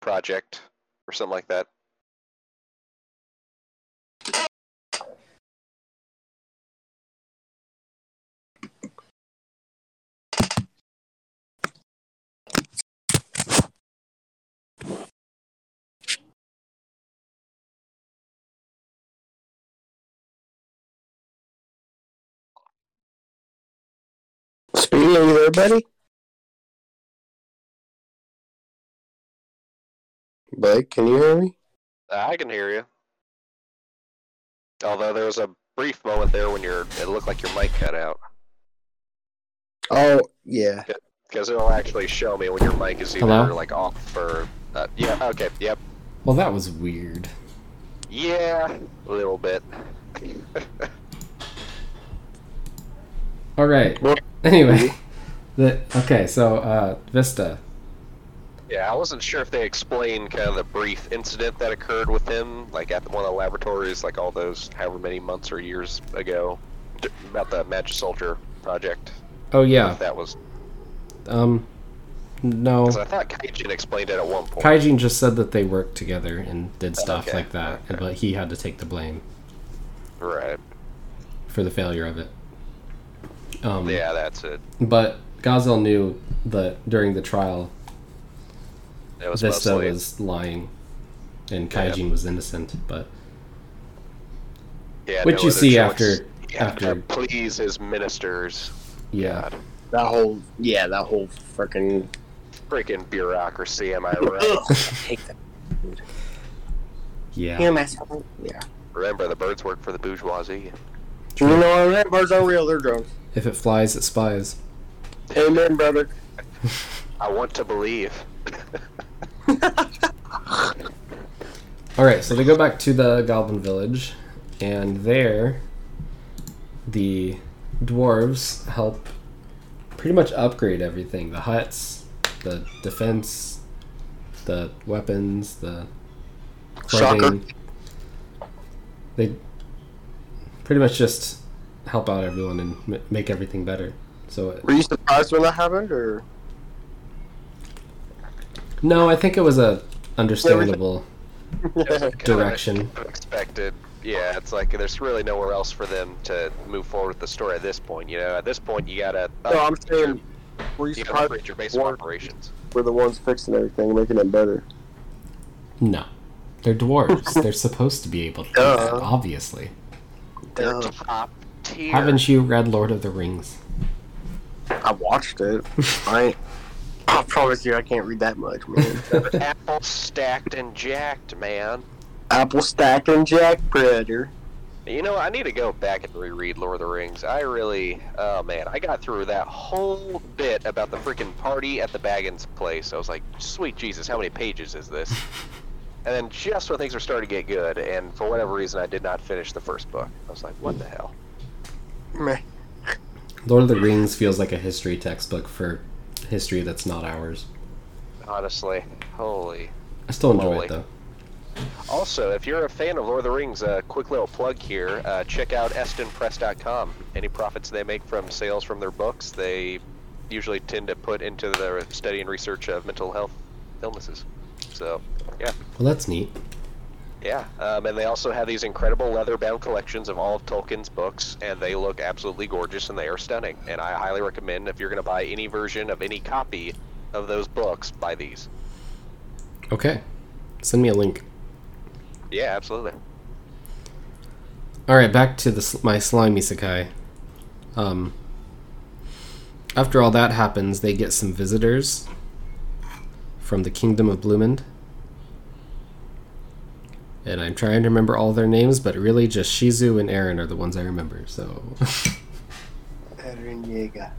Speaker 2: project or something like that.
Speaker 3: Speedy, are you there, buddy? Blake, can you hear me?
Speaker 2: I can hear you. Although there was a brief moment there when your it looked like your mic cut out
Speaker 3: Oh yeah.
Speaker 2: because it'll actually show me when your mic is either
Speaker 1: Hello?
Speaker 2: like off or uh, yeah. Okay. Yep.
Speaker 1: Well, that was weird.
Speaker 2: Yeah. A little bit.
Speaker 1: All right.
Speaker 3: Well-
Speaker 1: Anyway, the okay. So uh, Vista.
Speaker 2: Yeah, I wasn't sure if they explained kind of the brief incident that occurred with him, like at one of the laboratories, like all those however many months or years ago, d- about the Magic Soldier project.
Speaker 1: Oh yeah.
Speaker 2: If that was,
Speaker 1: Um, no.
Speaker 2: so I thought Kaijin explained it at one point.
Speaker 1: Kaijin just said that they worked together and did stuff
Speaker 2: Oh, Okay,
Speaker 1: like that,
Speaker 2: okay.
Speaker 1: but he had to take the blame
Speaker 2: right.
Speaker 1: for the failure of it. Um,
Speaker 2: Yeah, that's it.
Speaker 1: But Gazel knew that during the trial,
Speaker 2: It was
Speaker 1: Vista
Speaker 2: mostly.
Speaker 1: was lying, and
Speaker 2: Yeah.
Speaker 1: Kaijin was innocent. But
Speaker 2: yeah,
Speaker 1: which
Speaker 2: no
Speaker 1: you
Speaker 2: other
Speaker 1: see
Speaker 2: choice.
Speaker 1: after-
Speaker 2: Yeah,
Speaker 1: after-
Speaker 2: to please his ministers.
Speaker 1: yeah,
Speaker 2: God.
Speaker 3: That whole yeah, that whole freaking
Speaker 2: Freaking bureaucracy, am I right?
Speaker 3: take that.
Speaker 1: yeah.
Speaker 3: Yeah, myself. Yeah.
Speaker 2: Remember, the birds work for the bourgeoisie.
Speaker 3: You know, that birds are real. They're drones.
Speaker 1: If it flies, it spies.
Speaker 3: Amen, brother.
Speaker 2: I want to believe.
Speaker 1: All right, so they go back to the Goblin Village, and there, the dwarves help pretty much upgrade everything: the huts, the defense, the weapons, the
Speaker 3: Shocker.
Speaker 1: clothing. They pretty much just help out everyone and m- make everything better. So it,
Speaker 3: Were you surprised when that happened, or
Speaker 1: no, I think it was a understandable direction.
Speaker 2: Kind of expected. Yeah, it's like there's really nowhere else for them to move forward with the story at this point. You know, at this point you gotta.
Speaker 3: no? I'm saying, were you
Speaker 2: you gotta
Speaker 3: surprised?
Speaker 2: upgrade your base of
Speaker 3: War-
Speaker 2: operations.
Speaker 3: We're the ones fixing everything, making it better.
Speaker 1: No. They're dwarves. They're supposed to be able to do
Speaker 3: Duh.
Speaker 1: that, obviously.
Speaker 2: They're
Speaker 3: Duh.
Speaker 2: top tier.
Speaker 1: Haven't you read Lord of the Rings?
Speaker 3: I watched it. I, I promise you, I can't read that much, man.
Speaker 2: Apple stacked and jacked, man.
Speaker 3: Apple stack and Jack Predator.
Speaker 2: You know, I need to go back and reread Lord of the Rings. I really, oh man, I got through that whole bit about the freaking party at the Baggins place. I was like, sweet Jesus, how many pages is this? And then just when things were starting to get good, and for whatever reason, I did not finish the first book. I was like, what the hell?
Speaker 3: Meh.
Speaker 1: Lord of the Rings feels like a history textbook for history that's not ours.
Speaker 2: Honestly, holy.
Speaker 1: I still enjoy
Speaker 2: Holy.
Speaker 1: it though.
Speaker 2: Also, if you're a fan of Lord of the Rings, a quick little plug here. Uh, check out EstonPress.com. Any profits they make from sales from their books, they usually tend to put into the study and research of mental health illnesses. So, yeah,
Speaker 1: Well, that's neat.
Speaker 2: yeah. Um, and they also have these incredible leather-bound collections of all of Tolkien's books, and they look absolutely gorgeous and they are stunning. And I highly recommend if you're going to buy any version of any copy of those books, buy these.
Speaker 1: Okay. Send me a link.
Speaker 2: Yeah, absolutely.
Speaker 1: All right, back to the sl- my slime isekai. Um, after all that happens, they get some visitors from the kingdom of Blumend. And I'm trying to remember all their names, but really just Shizu and Aaron are the ones I remember. So
Speaker 3: Aaron Yeager.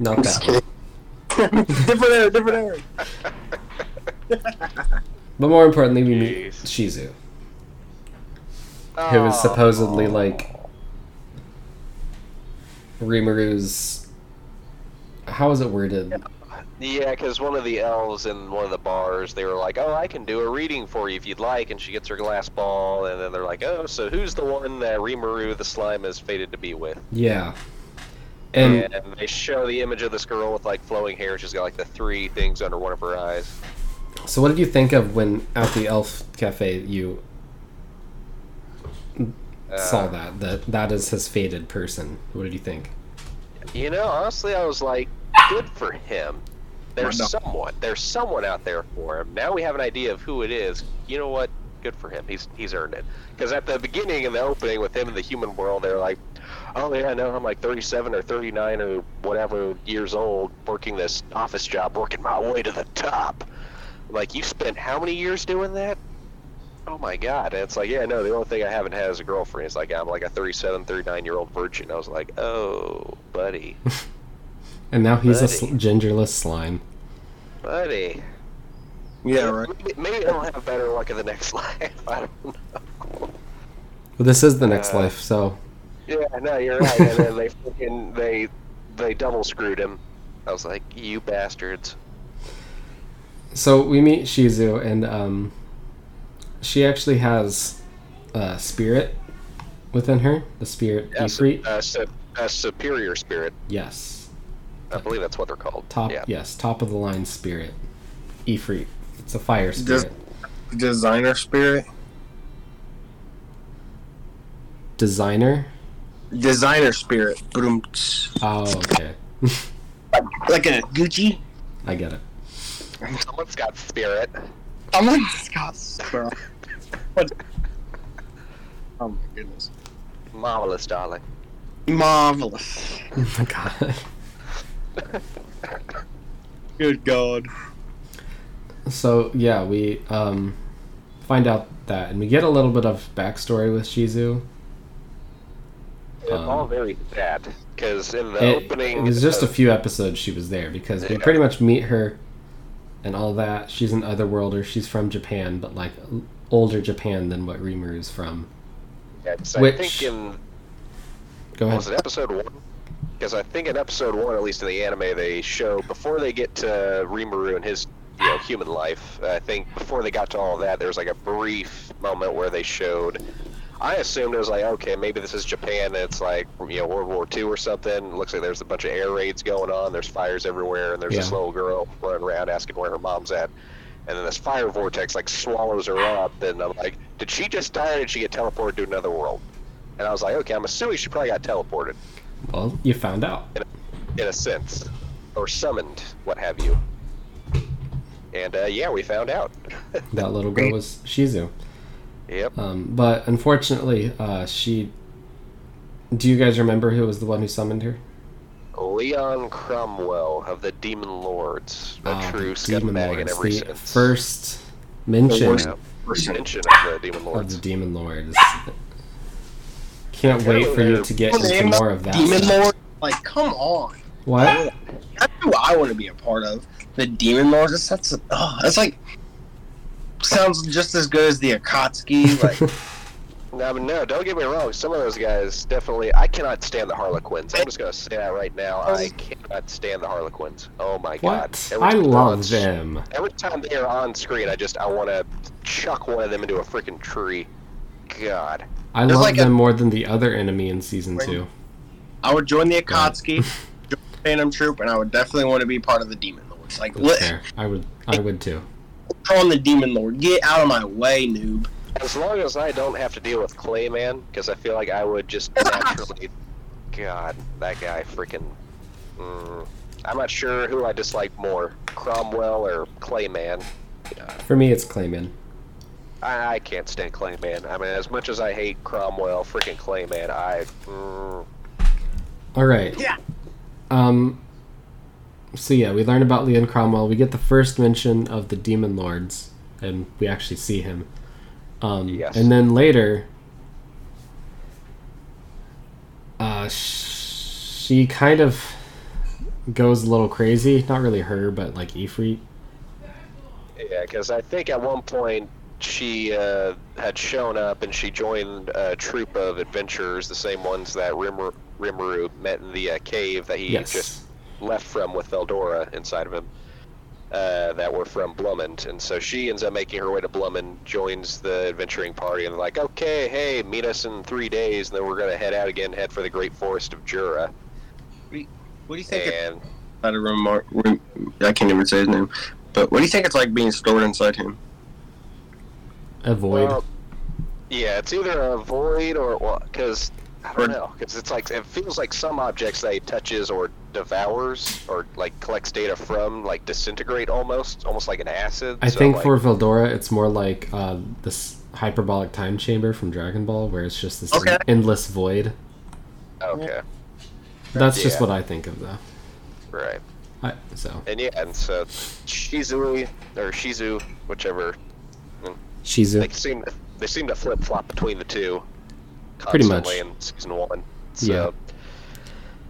Speaker 1: not that one,
Speaker 3: different era, different era.
Speaker 1: but more importantly, we meet
Speaker 2: Jeez.
Speaker 1: Shizu, who is supposedly like Rimuru How is it worded?
Speaker 2: Yeah, because one of the elves in one of the bars, they were like, "Oh, I can do a reading for you if you'd like," and she gets her glass ball, and then they're like, "Oh, so who's the one that Rimuru the slime is fated to be with?"
Speaker 1: Yeah. And
Speaker 2: and they show the image of this girl with like flowing hair. She's got like the three things under one of her eyes.
Speaker 1: So, what did you think of when at the Elf Cafe you
Speaker 2: Uh,
Speaker 1: saw that? That that is his fated person. What did you think?
Speaker 2: You know, honestly, I was like, "Good for him." There's
Speaker 3: No.
Speaker 2: someone. There's someone out there for him. Now we have an idea of who it is. You know what? Good for him. He's he's earned it. Because at the beginning in the opening with him in the human world, they're like, "Oh yeah, no, I'm like 37 or 39 or whatever years old, working this office job, working my way to the top." Like you spent how many years doing that? oh my god. And it's like, yeah, no, the only thing I haven't had is a girlfriend. It's like, I'm like a 37, 39 year old virgin. I was like, oh, buddy,
Speaker 1: And now he's a
Speaker 2: Buddy.
Speaker 1: sl- gingerless slime.
Speaker 2: buddy.
Speaker 3: Yeah, right.
Speaker 2: Maybe, maybe I'll have better luck in the next life. I don't know.
Speaker 1: Well, this is the next
Speaker 2: Uh,
Speaker 1: life, so
Speaker 2: Yeah, no, you're right. and then they fucking they they double screwed him. I was like, you bastards.
Speaker 1: so we meet Shizu, and um, she actually has a spirit within her. The spirit
Speaker 2: Yeah, su-
Speaker 1: Ifrit.
Speaker 2: uh, su- uh, superior spirit.
Speaker 1: yes,
Speaker 2: I believe that's what they're called.
Speaker 1: top.
Speaker 2: Yeah.
Speaker 1: Yes, top of the line spirit. Ifrit. It's a fire
Speaker 3: Does-
Speaker 1: spirit.
Speaker 3: Designer spirit.
Speaker 1: Designer.
Speaker 3: Designer spirit. Boom.
Speaker 1: Oh, okay.
Speaker 3: Like a Gucci.
Speaker 1: I get it.
Speaker 2: Someone's got spirit.
Speaker 3: I'm like Scots, bro. What? Oh my goodness.
Speaker 2: Marvelous, darling.
Speaker 1: Um,
Speaker 3: Marvelous.
Speaker 1: Oh my god.
Speaker 3: Good God.
Speaker 1: So yeah, we um, find out that, and we get a little bit of backstory with Shizu.
Speaker 2: It's
Speaker 1: Um,
Speaker 2: all very sad because in the
Speaker 1: it,
Speaker 2: opening,
Speaker 1: it was just a
Speaker 2: of-
Speaker 1: few episodes she was there because we
Speaker 2: Yeah.
Speaker 1: pretty much meet her and all that. She's an otherworlder. She's from Japan, but like l- older Japan than what Rimuru is from.
Speaker 2: yes, I
Speaker 1: which-
Speaker 2: think in
Speaker 1: Go
Speaker 2: was
Speaker 1: ahead.
Speaker 2: it episode one? Because I think in episode one, at least in the anime, they show before they get to Rimuru and his you know human life. I think before they got to all that, there was like a brief moment where they showed. I assumed it was like okay, maybe this is Japan. And it's like you know World War II or something. Looks like there's a bunch of air raids going on. There's fires everywhere, and there's this
Speaker 1: Yeah.
Speaker 2: little girl running around asking where her mom's at. And then this fire vortex like swallows her up, and I'm like, did she just die or did she get teleported to another world? And I was like, okay, I'm assuming she probably got teleported
Speaker 1: Well, you found out.
Speaker 2: in a sense, or summoned, what have you. And uh, yeah, we found out.
Speaker 1: That little girl was Shizu.
Speaker 2: yep.
Speaker 1: Um, but unfortunately, uh, she. Do you guys remember who was the one who summoned her?
Speaker 2: Leon Cromwell of the Demon Lords, a
Speaker 1: Ah, Demon
Speaker 2: true scumbag in
Speaker 1: Lords,
Speaker 2: every
Speaker 1: the
Speaker 2: sense.
Speaker 1: first mention
Speaker 3: worst-
Speaker 2: Yeah.
Speaker 3: person.
Speaker 2: mention of the Demon
Speaker 1: of the
Speaker 2: Lords.
Speaker 1: Demon Lord. Is, can't wait for you to get
Speaker 3: Well,
Speaker 1: into
Speaker 3: name
Speaker 1: more of that.
Speaker 3: Demon
Speaker 1: stuff.
Speaker 3: Lord? Like, come on.
Speaker 2: Oh
Speaker 1: What?
Speaker 3: That's who I want to be a part of. The Demon Lords. That's, that's, oh, that's like. Sounds just as good as the Akatsuki. Like,
Speaker 2: No, but no, don't get me wrong. Some of those guys definitely. I cannot stand the Harlequins. I'm just gonna say that right now. I cannot stand the Harlequins. Oh my
Speaker 1: Oh. What?
Speaker 2: god!
Speaker 1: I
Speaker 2: time they're on
Speaker 1: love
Speaker 2: s-
Speaker 1: them.
Speaker 2: Every time they are on screen, I just I want to chuck one of them into a freaking tree. God.
Speaker 1: I
Speaker 3: There's
Speaker 1: love
Speaker 3: like a-
Speaker 1: them more than the other enemy in season two.
Speaker 3: I would join the Akatsuki, join the Phantom Troop, and I would definitely want to be part of the Demon Lords. Like,
Speaker 1: That's
Speaker 3: let
Speaker 1: fair. I would, I would too.
Speaker 3: on the Demon Lord. Get out of my way, noob.
Speaker 2: As long as I don't have to deal with Clayman, because I feel like I would just naturally. God, that guy freaking. Mm, I'm not sure who I dislike more, Cromwell or Clayman.
Speaker 1: For me, it's Clayman.
Speaker 2: I, I can't stand Clayman. I mean, as much as I hate Cromwell, freaking Clayman, I. Mm,
Speaker 1: All right.
Speaker 3: Yeah.
Speaker 1: Um. So yeah, we learn about Leon Cromwell. We get the first mention of the Demon Lords, and we actually see him. Um,
Speaker 2: Yes.
Speaker 1: And then later, uh, sh- she kind of goes a little crazy. Not really her, but like Ifrit.
Speaker 2: Yeah, because I think at one point she uh, had shown up and she joined a troop of adventurers, the same ones that Rimuru, Rimuru met in the uh, cave that he
Speaker 1: Yes.
Speaker 2: just left from with Veldora inside of him, uh, that were from Blummond. And so she ends up making her way to Blummond, joins the adventuring party, and they're like, okay, hey, meet us in three days, and then we're going to head out again, head for the Great Forest of Jura.
Speaker 3: What do you think?
Speaker 2: And
Speaker 3: Out of remark, rem- I can't even say his name. But what do you think it's like being stored inside him?
Speaker 1: Avoid.
Speaker 2: Well, yeah, it's either a void or because I
Speaker 3: Or-
Speaker 2: don't know because it's like it feels like some objects that he touches or devours or like collects data from like disintegrate almost, almost like an acid.
Speaker 1: I
Speaker 2: so,
Speaker 1: think
Speaker 2: like,
Speaker 1: for Veldora, it's more like uh, this hyperbolic time chamber from Dragon Ball, where it's just this
Speaker 3: Okay.
Speaker 1: endless void.
Speaker 2: okay,
Speaker 1: That's just
Speaker 2: Yeah.
Speaker 1: what I think of, though.
Speaker 2: right,
Speaker 1: I, so
Speaker 2: and yeah, and so Shizui or Shizu, whichever. mm,
Speaker 1: Shizu.
Speaker 2: They seem they seem to flip flop between the two.
Speaker 1: Pretty much.
Speaker 2: constantly in season one. So,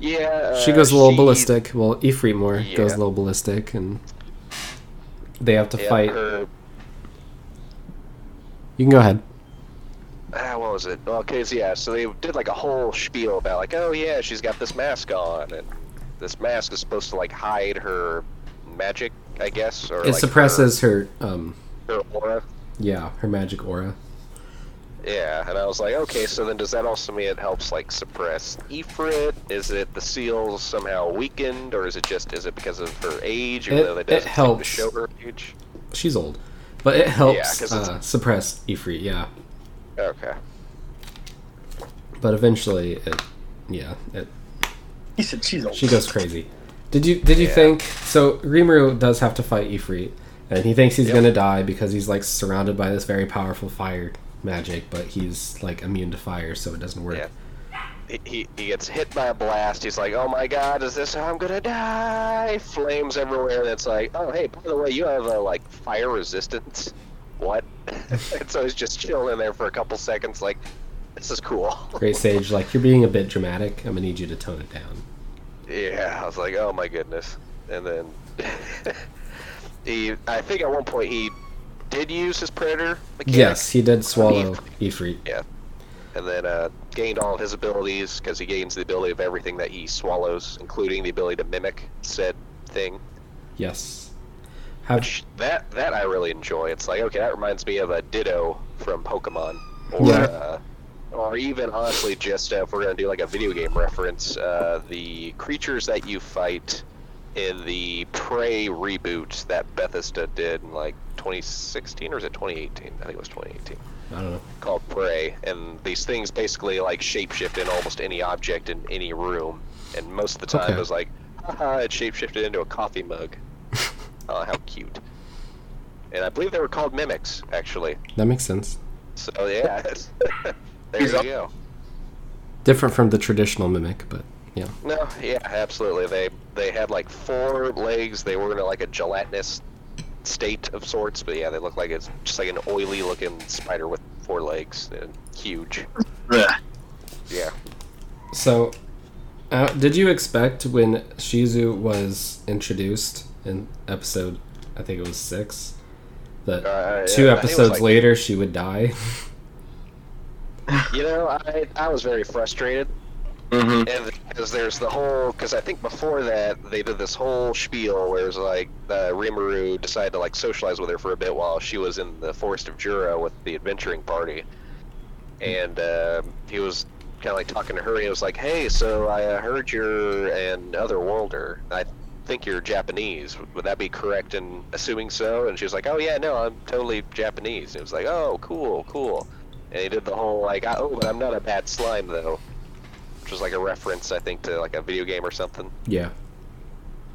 Speaker 2: yeah. Yeah.
Speaker 1: she goes a little
Speaker 2: uh, she-
Speaker 1: ballistic. Well, Ifrimor
Speaker 2: Yeah.
Speaker 1: goes a little ballistic, and they have to
Speaker 2: yeah,
Speaker 1: fight.
Speaker 2: her-
Speaker 1: You can go ahead.
Speaker 2: ah, what was it? Well, cause yeah, so they did like a whole spiel about like, oh yeah, she's got this mask on, and this mask is supposed to like hide her magic, I guess, or
Speaker 1: It
Speaker 2: like, her-
Speaker 1: suppresses her, um,
Speaker 2: her aura.
Speaker 1: yeah, her magic aura.
Speaker 2: Yeah, and I was like, okay, so then does that also mean it helps like suppress Ifrit? Is it the seals somehow weakened, or is it just is it because of her age? Even
Speaker 1: It-
Speaker 2: though
Speaker 1: it
Speaker 2: that doesn't seem
Speaker 1: helps.
Speaker 2: to show her age.
Speaker 1: She's old, but it helps
Speaker 2: 'cause it's-
Speaker 1: uh, suppress Ifrit. Yeah,
Speaker 2: Okay.
Speaker 1: but eventually, it, yeah, it
Speaker 3: He said she's old.
Speaker 1: She goes crazy. Did you did you
Speaker 2: Yeah.
Speaker 1: think so? Rimuru does have to fight Ifrit, and he thinks he's
Speaker 2: Yep.
Speaker 1: gonna die because he's like surrounded by this very powerful fire magic, but he's like immune to fire, so it doesn't work.
Speaker 2: Yeah. He, he, he gets hit by a blast. He's like, oh my god, is this how I'm gonna die? Flames everywhere. That's like, oh hey, by the way, you have a like fire resistance. What? and so he's just chilling there for a couple seconds, like, this is cool.
Speaker 1: Great Sage, like you're being a bit dramatic. I'm gonna need you to tone it down.
Speaker 2: Yeah, I was like, oh my goodness. And then he, I think at one point he did use his predator. Mechanic.
Speaker 1: Yes, he did swallow Ifrit.
Speaker 2: Yeah. And then uh, gained all of his abilities because he gains the ability of everything that he swallows, including the ability to mimic said thing.
Speaker 1: Yes. How
Speaker 2: Which that that I really enjoy. It's like okay, that reminds me of a Ditto from Pokemon, or
Speaker 3: Yeah.
Speaker 2: uh, or even honestly, just uh, if we're gonna do like a video game reference, uh, the creatures that you fight in the Prey reboot that Bethesda did in like 2016 or is it 2018? I think it was 2018
Speaker 1: I don't know.
Speaker 2: called Prey, and these things basically like shapeshift in almost any object in any room, and most of the time
Speaker 1: Okay.
Speaker 2: it was like, haha, it shapeshifted into a coffee mug. oh, how cute. And I believe they were called mimics, actually.
Speaker 1: That makes sense.
Speaker 2: So yeah, it's- there
Speaker 3: He's
Speaker 2: you
Speaker 3: up.
Speaker 2: go.
Speaker 1: Different from the traditional mimic, but yeah.
Speaker 2: No, yeah, absolutely. They they had like four legs. They were in like a gelatinous state of sorts, but yeah, they looked like it's just like an oily looking spider with four legs and huge.
Speaker 3: Blech.
Speaker 2: Yeah.
Speaker 1: So, uh, did you expect when Shizu was introduced in episode, I think it was six, that
Speaker 2: Uh,
Speaker 1: two
Speaker 2: yeah, I think it was
Speaker 1: episodes
Speaker 2: like-
Speaker 1: later she would die?
Speaker 2: You know, I, I was very frustrated,
Speaker 3: Mhm.
Speaker 2: and because there's the whole because I think before that they did this whole spiel where it was like uh, Rimuru decided to like socialize with her for a bit while she was in the forest of Jura with the adventuring party, and uh, he was kind of like talking to her. and He was like, "Hey, so I uh, heard you're an otherworlder. I think you're Japanese. Would that be correct in assuming so?" And she was like, "Oh yeah, no, I'm totally Japanese." And it was like, "Oh, cool, cool." And he did the whole like, "I- "Oh, but I'm not a bad slime though," which was like a reference, I think, to like a video game or something.
Speaker 1: yeah.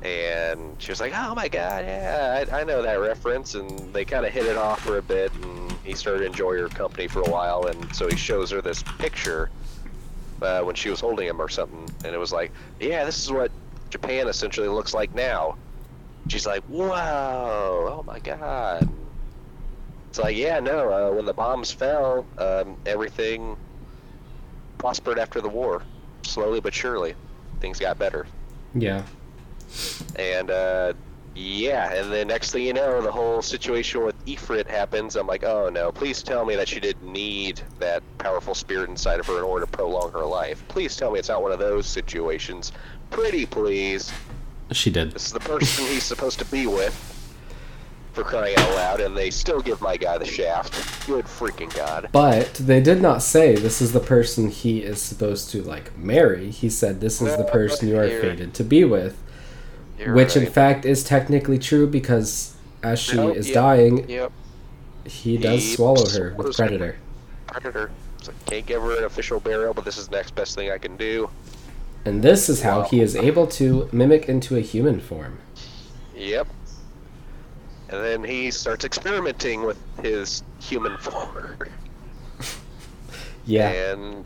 Speaker 2: And she was like, "Oh my god, yeah, I, I know that reference." And they kind of hit it off for a bit, and he started to enjoy her company for a while. And so he shows her this picture uh, when she was holding him or something, and it was like, "Yeah, this is what Japan essentially looks like now." She's like, "Whoa, oh my god." It's like, yeah, no. Uh, when the bombs fell, um, everything prospered after the war, slowly but surely. Things got better.
Speaker 1: Yeah.
Speaker 2: And uh, yeah, and then next thing you know, the whole situation with Ifrit happens. I'm like, oh no, please tell me that she didn't need that powerful spirit inside of her in order to prolong her life. Please tell me it's not one of those situations. Pretty please.
Speaker 1: She did.
Speaker 2: This is the person he's supposed to be with. For crying out loud, and they still give my guy the shaft. Good freaking god.
Speaker 1: But they did not say this is the person he is supposed to, like, marry. He said this is the
Speaker 2: No,
Speaker 1: person you are
Speaker 2: you're-
Speaker 1: fated to be with,
Speaker 2: You're
Speaker 1: which in
Speaker 2: right.
Speaker 1: fact is technically true because as she
Speaker 2: Nope,
Speaker 1: is
Speaker 2: yep,
Speaker 1: dying,
Speaker 2: Yep.
Speaker 1: he does
Speaker 2: he
Speaker 1: swallow her
Speaker 2: swallows
Speaker 1: with
Speaker 2: her.
Speaker 1: Predator.
Speaker 2: Predator. It's like, can't give her an official burial, but this is the next best thing I can do.
Speaker 1: And this is how
Speaker 2: Wow.
Speaker 1: he is able to mimic into a human form.
Speaker 2: Yep. And then he starts experimenting with his human form.
Speaker 1: Yeah.
Speaker 2: And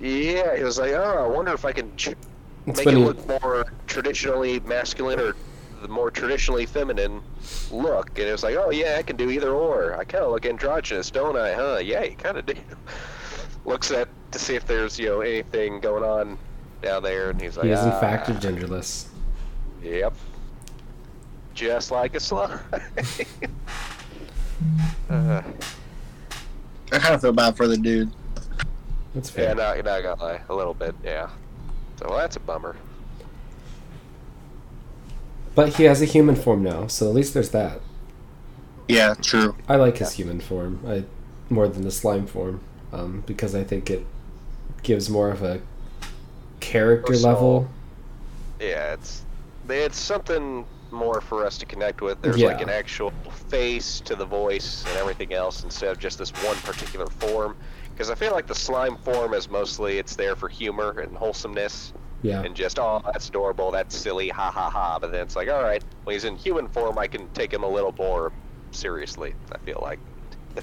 Speaker 2: yeah, he was like, oh, I wonder if I can ch-
Speaker 1: It's
Speaker 2: make it
Speaker 1: funny.
Speaker 2: look more traditionally masculine or the more traditionally feminine look, and it was like, oh yeah, I can do either or. I kind of look androgynous, don't I? Huh? Yeah, you kind of do. Looks at to see if there's you know anything going on down there, and he's like,
Speaker 1: He is in
Speaker 2: "Ah,
Speaker 1: fact a genderless.
Speaker 2: Yep. Just like a slime. uh,
Speaker 3: I kind of feel bad for the dude.
Speaker 1: That's fair.
Speaker 2: yeah, not, not gonna lie, a little bit, yeah. So that's a bummer.
Speaker 1: But he has a human form now, so at least there's that.
Speaker 3: Yeah, true.
Speaker 1: I like his human form I, more than the slime form um, because I think it gives more of a character
Speaker 2: Personal.
Speaker 1: level.
Speaker 2: Yeah, it's it's something more for us to connect with. There's like
Speaker 1: Yeah.
Speaker 2: an actual face to the voice and everything else instead of just this one particular form. Because I feel like the slime form is mostly it's there for humor and wholesomeness.
Speaker 1: Yeah.
Speaker 2: and just oh that's adorable that's silly ha ha ha but then it's like all right when he's in human form i can take him a little more seriously i feel like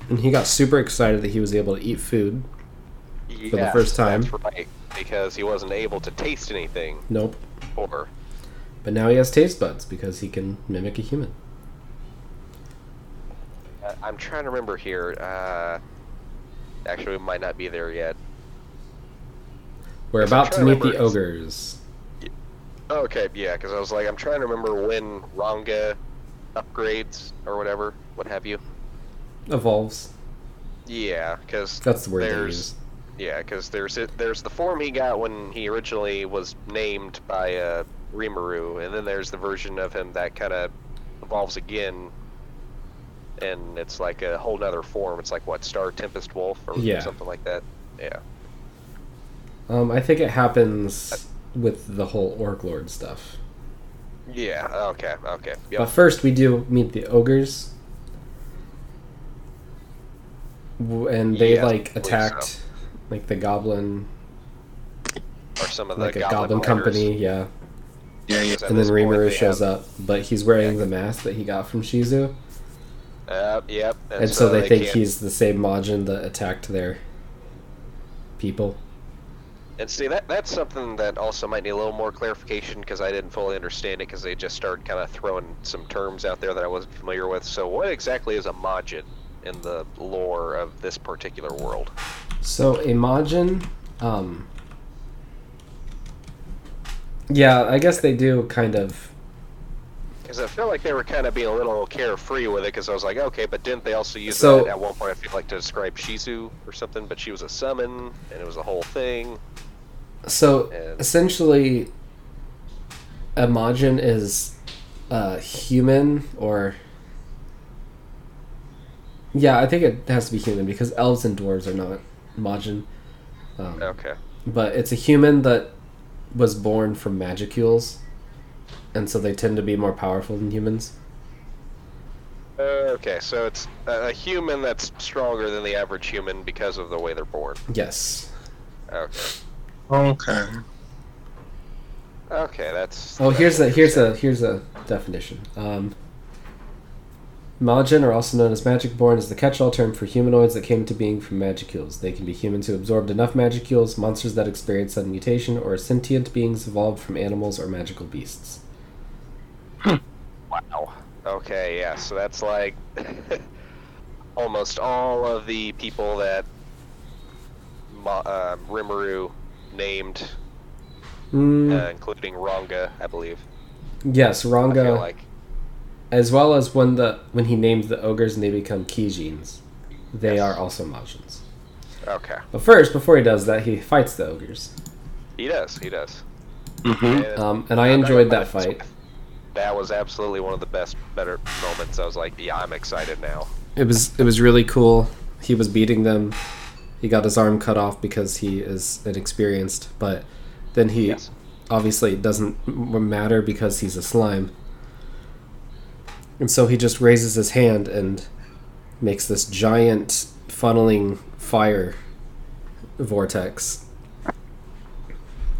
Speaker 1: And he got super excited that he was able to eat food.
Speaker 2: Yes,
Speaker 1: the first time.
Speaker 2: that's right because he wasn't able to taste anything
Speaker 1: Nope.
Speaker 2: before
Speaker 1: But now he has taste buds because he can mimic a human.
Speaker 2: uh, i'm trying to remember here uh actually we might not be there yet
Speaker 1: We're
Speaker 2: Yes, I'm
Speaker 1: about to
Speaker 2: trying to
Speaker 1: meet the
Speaker 2: remember.
Speaker 1: ogres.
Speaker 2: okay yeah because i was like i'm trying to remember when ranga upgrades or whatever what have you
Speaker 1: Evolves.
Speaker 2: yeah because
Speaker 1: That's the word they
Speaker 2: there's
Speaker 1: use.
Speaker 2: Yeah, because there's it, there's the form he got when he originally was named by uh, Rimuru, and then there's the version of him that kind of evolves again, and it's like a whole nother form. It's like what Star Tempest Wolf or
Speaker 1: Yeah.
Speaker 2: something like that. Yeah.
Speaker 1: Um, I think it happens with the whole orc lord stuff.
Speaker 2: Yeah. Okay. Okay.
Speaker 1: But
Speaker 2: Yep.
Speaker 1: first, we do meet the ogres, W- and they
Speaker 2: Yeah, I
Speaker 1: like
Speaker 2: believe
Speaker 1: attacked
Speaker 2: so.
Speaker 1: like the goblin,
Speaker 2: Or some of the
Speaker 1: like a
Speaker 2: goblin,
Speaker 1: goblin company, yeah.
Speaker 3: Yeah, yeah.
Speaker 1: and then Rimuru shows up, but he's wearing the mask that he got from Shizu,
Speaker 2: Uh, yep.
Speaker 1: and so, they, think
Speaker 2: can't-
Speaker 1: he's the same Majin that attacked their people.
Speaker 2: And see, that that's something that also might need a little more clarification because I didn't fully understand it because they just started kind of throwing some terms out there that I wasn't familiar with. So, what exactly is a Majin in the lore of this particular world?
Speaker 1: So a Majin, um, yeah, I guess they do kind of.
Speaker 2: Because I feel like they were kind of being a little carefree with it because I was like, okay, but didn't they also use
Speaker 1: So-
Speaker 2: that at one point? I feel like to describe Shizu or something, but she was a summon and it was a whole thing.
Speaker 1: So
Speaker 2: And-
Speaker 1: essentially, a Majin is a human or. Yeah, I think it has to be human because elves and dwarves are not Majin. Um,
Speaker 2: Okay.
Speaker 1: But it's a human that was born from magicules, and so they tend to be more powerful than humans.
Speaker 2: Uh, okay, so it's a a human that's stronger than the average human because of the way they're born.
Speaker 1: Yes.
Speaker 2: Okay.
Speaker 3: Okay.
Speaker 2: Okay, that's.
Speaker 1: Oh,
Speaker 2: that's
Speaker 1: here's a here's
Speaker 2: interesting.
Speaker 1: a here's a definition. Um, Majin are also known as magic born is the catch-all term for humanoids that came to being from magicules. They can be humans who absorbed enough magicules, monsters that experience sudden mutation, or sentient beings evolved from animals or magical beasts.
Speaker 2: Wow. Okay, yeah, so that's like almost all of the people that Ma- uh, Rimuru named,
Speaker 1: Mm,
Speaker 2: uh, including Ranga, I believe.
Speaker 1: yes,
Speaker 2: I feel
Speaker 1: Ranga,
Speaker 2: like.
Speaker 1: as well as when the when he names the ogres and they become Kijins, they are also Majins.
Speaker 2: Okay.
Speaker 1: But first, before he does that, he fights the ogres,
Speaker 2: He does, he does.
Speaker 3: Mm-hmm.
Speaker 2: And
Speaker 1: um, and I
Speaker 2: I'm not
Speaker 1: enjoyed
Speaker 2: gonna
Speaker 1: that
Speaker 2: lie,
Speaker 1: fight.
Speaker 2: That was absolutely one of the best, better moments. I was like, yeah, I'm excited now.
Speaker 1: it was it was really cool. He was beating them. He got his arm cut off because he is inexperienced, but then he
Speaker 2: Yes.
Speaker 1: obviously it doesn't m- matter because he's a slime. And so he just raises his hand and makes this giant funneling fire vortex.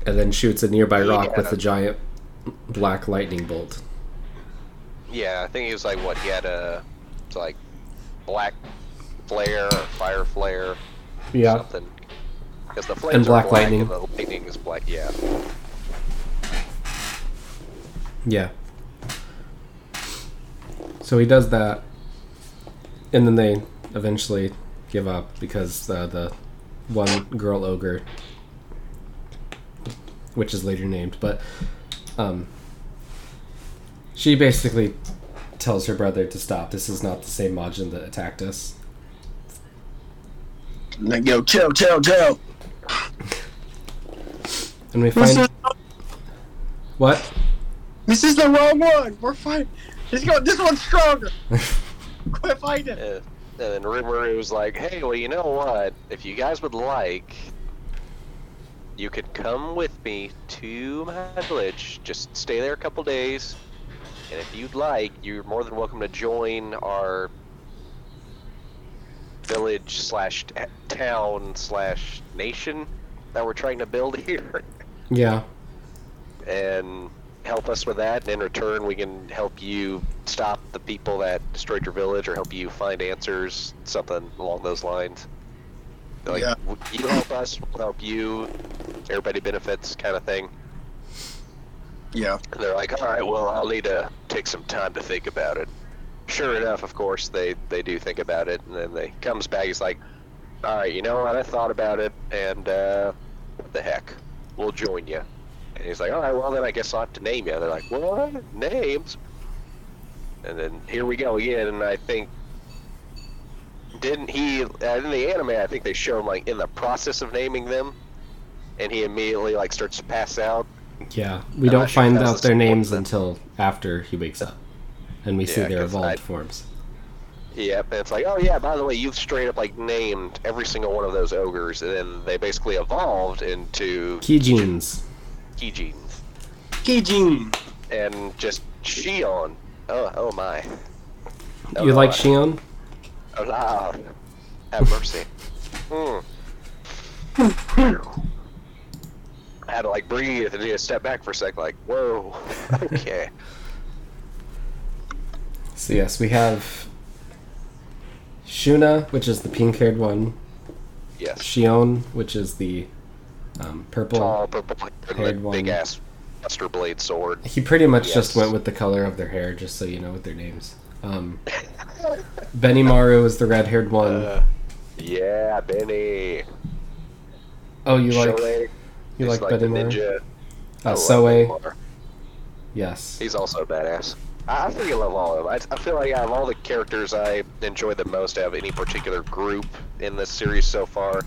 Speaker 1: And then shoots a nearby rock with
Speaker 2: Yeah.
Speaker 1: a giant black lightning bolt.
Speaker 2: Yeah, I think he was like, what, he had a, it's like, black flare, or fire flare.
Speaker 1: Yeah.
Speaker 2: something. Because the flames
Speaker 1: And black
Speaker 2: are black
Speaker 1: lightning.
Speaker 2: and the lightning is black. Yeah.
Speaker 1: Yeah. So he does that, and then they eventually give up because uh, the one girl ogre, which is later named, but um, she basically tells her brother to stop. This is not the same Majin that attacked us.
Speaker 3: Like, yo, chill, chill, chill.
Speaker 1: And we
Speaker 3: This is,
Speaker 1: find what?
Speaker 3: this is the wrong one. We're fine. This go. This one's stronger. Quit fighting.
Speaker 2: Uh, and then Rimuru was like, hey, well, you know what? If you guys would like, you could come with me to my village. Just stay there a couple days. And if you'd like, you're more than welcome to join our village slash t- town slash nation that we're trying to build here
Speaker 1: Yeah,
Speaker 2: and help us with that. And in return, we can help you stop the people that destroyed your village or help you find answers, something along those lines. Like,
Speaker 3: Yeah.
Speaker 2: w- you help us, we'll help you. Everybody benefits, kind of thing.
Speaker 3: Yeah.
Speaker 2: And they're like, all right, well, I'll need to take some time to think about it. Sure enough, of course, they, they do think about it, and then they comes back. He's like, all right, you know what? I thought about it, and uh, what the heck? We'll join you. And he's like, all right, well, then I guess I'll have to name you. They're like, what? Names? And then here we go again, and I think. Didn't he? uh, In the anime, I think they show him like in the process of naming them, and he immediately like starts to pass out.
Speaker 1: yeah. We
Speaker 2: I'm
Speaker 1: don't
Speaker 2: not sure
Speaker 1: find
Speaker 2: if that was
Speaker 1: out their
Speaker 2: a
Speaker 1: names
Speaker 2: spoiler.
Speaker 1: until after he wakes up, and we see
Speaker 2: Yeah,
Speaker 1: their
Speaker 2: 'cause
Speaker 1: evolved
Speaker 2: I-
Speaker 1: forms.
Speaker 2: Yep, and it's like, oh yeah, by the way, you've straight up like named every single one of those ogres, and then they basically evolved into
Speaker 1: Key genes.
Speaker 2: Kijins
Speaker 3: Kijin.
Speaker 2: and just Shion. Oh, oh my. Oh,
Speaker 1: you like
Speaker 2: Lord.
Speaker 1: Shion?
Speaker 2: Oh, Lord. Have mercy. Mm. I had to like breathe and need to step back for a sec. Like, whoa, okay.
Speaker 1: So yes, we have Shuna, which is the pink-haired one.
Speaker 2: yes.
Speaker 1: Shion, which is the um, purple.
Speaker 2: Tall, purple,
Speaker 1: Haired one.
Speaker 2: big ass Buster Blade sword.
Speaker 1: He pretty much just
Speaker 2: Yes.
Speaker 1: went with the color of their hair, just so you know what their names. Um, Benny Maru is the red-haired one.
Speaker 2: Uh, yeah, Benny.
Speaker 1: oh, you like
Speaker 2: Shoei.
Speaker 1: you
Speaker 2: He's
Speaker 1: like Benny
Speaker 2: the
Speaker 1: Maru?
Speaker 2: ninja. I
Speaker 1: Uh,
Speaker 2: love
Speaker 1: Soe,
Speaker 2: Neymar.
Speaker 1: yes.
Speaker 2: He's also a badass. I, I freaking love all of them. I, I feel like out of all the characters I enjoy the most out of any particular group in this series so far,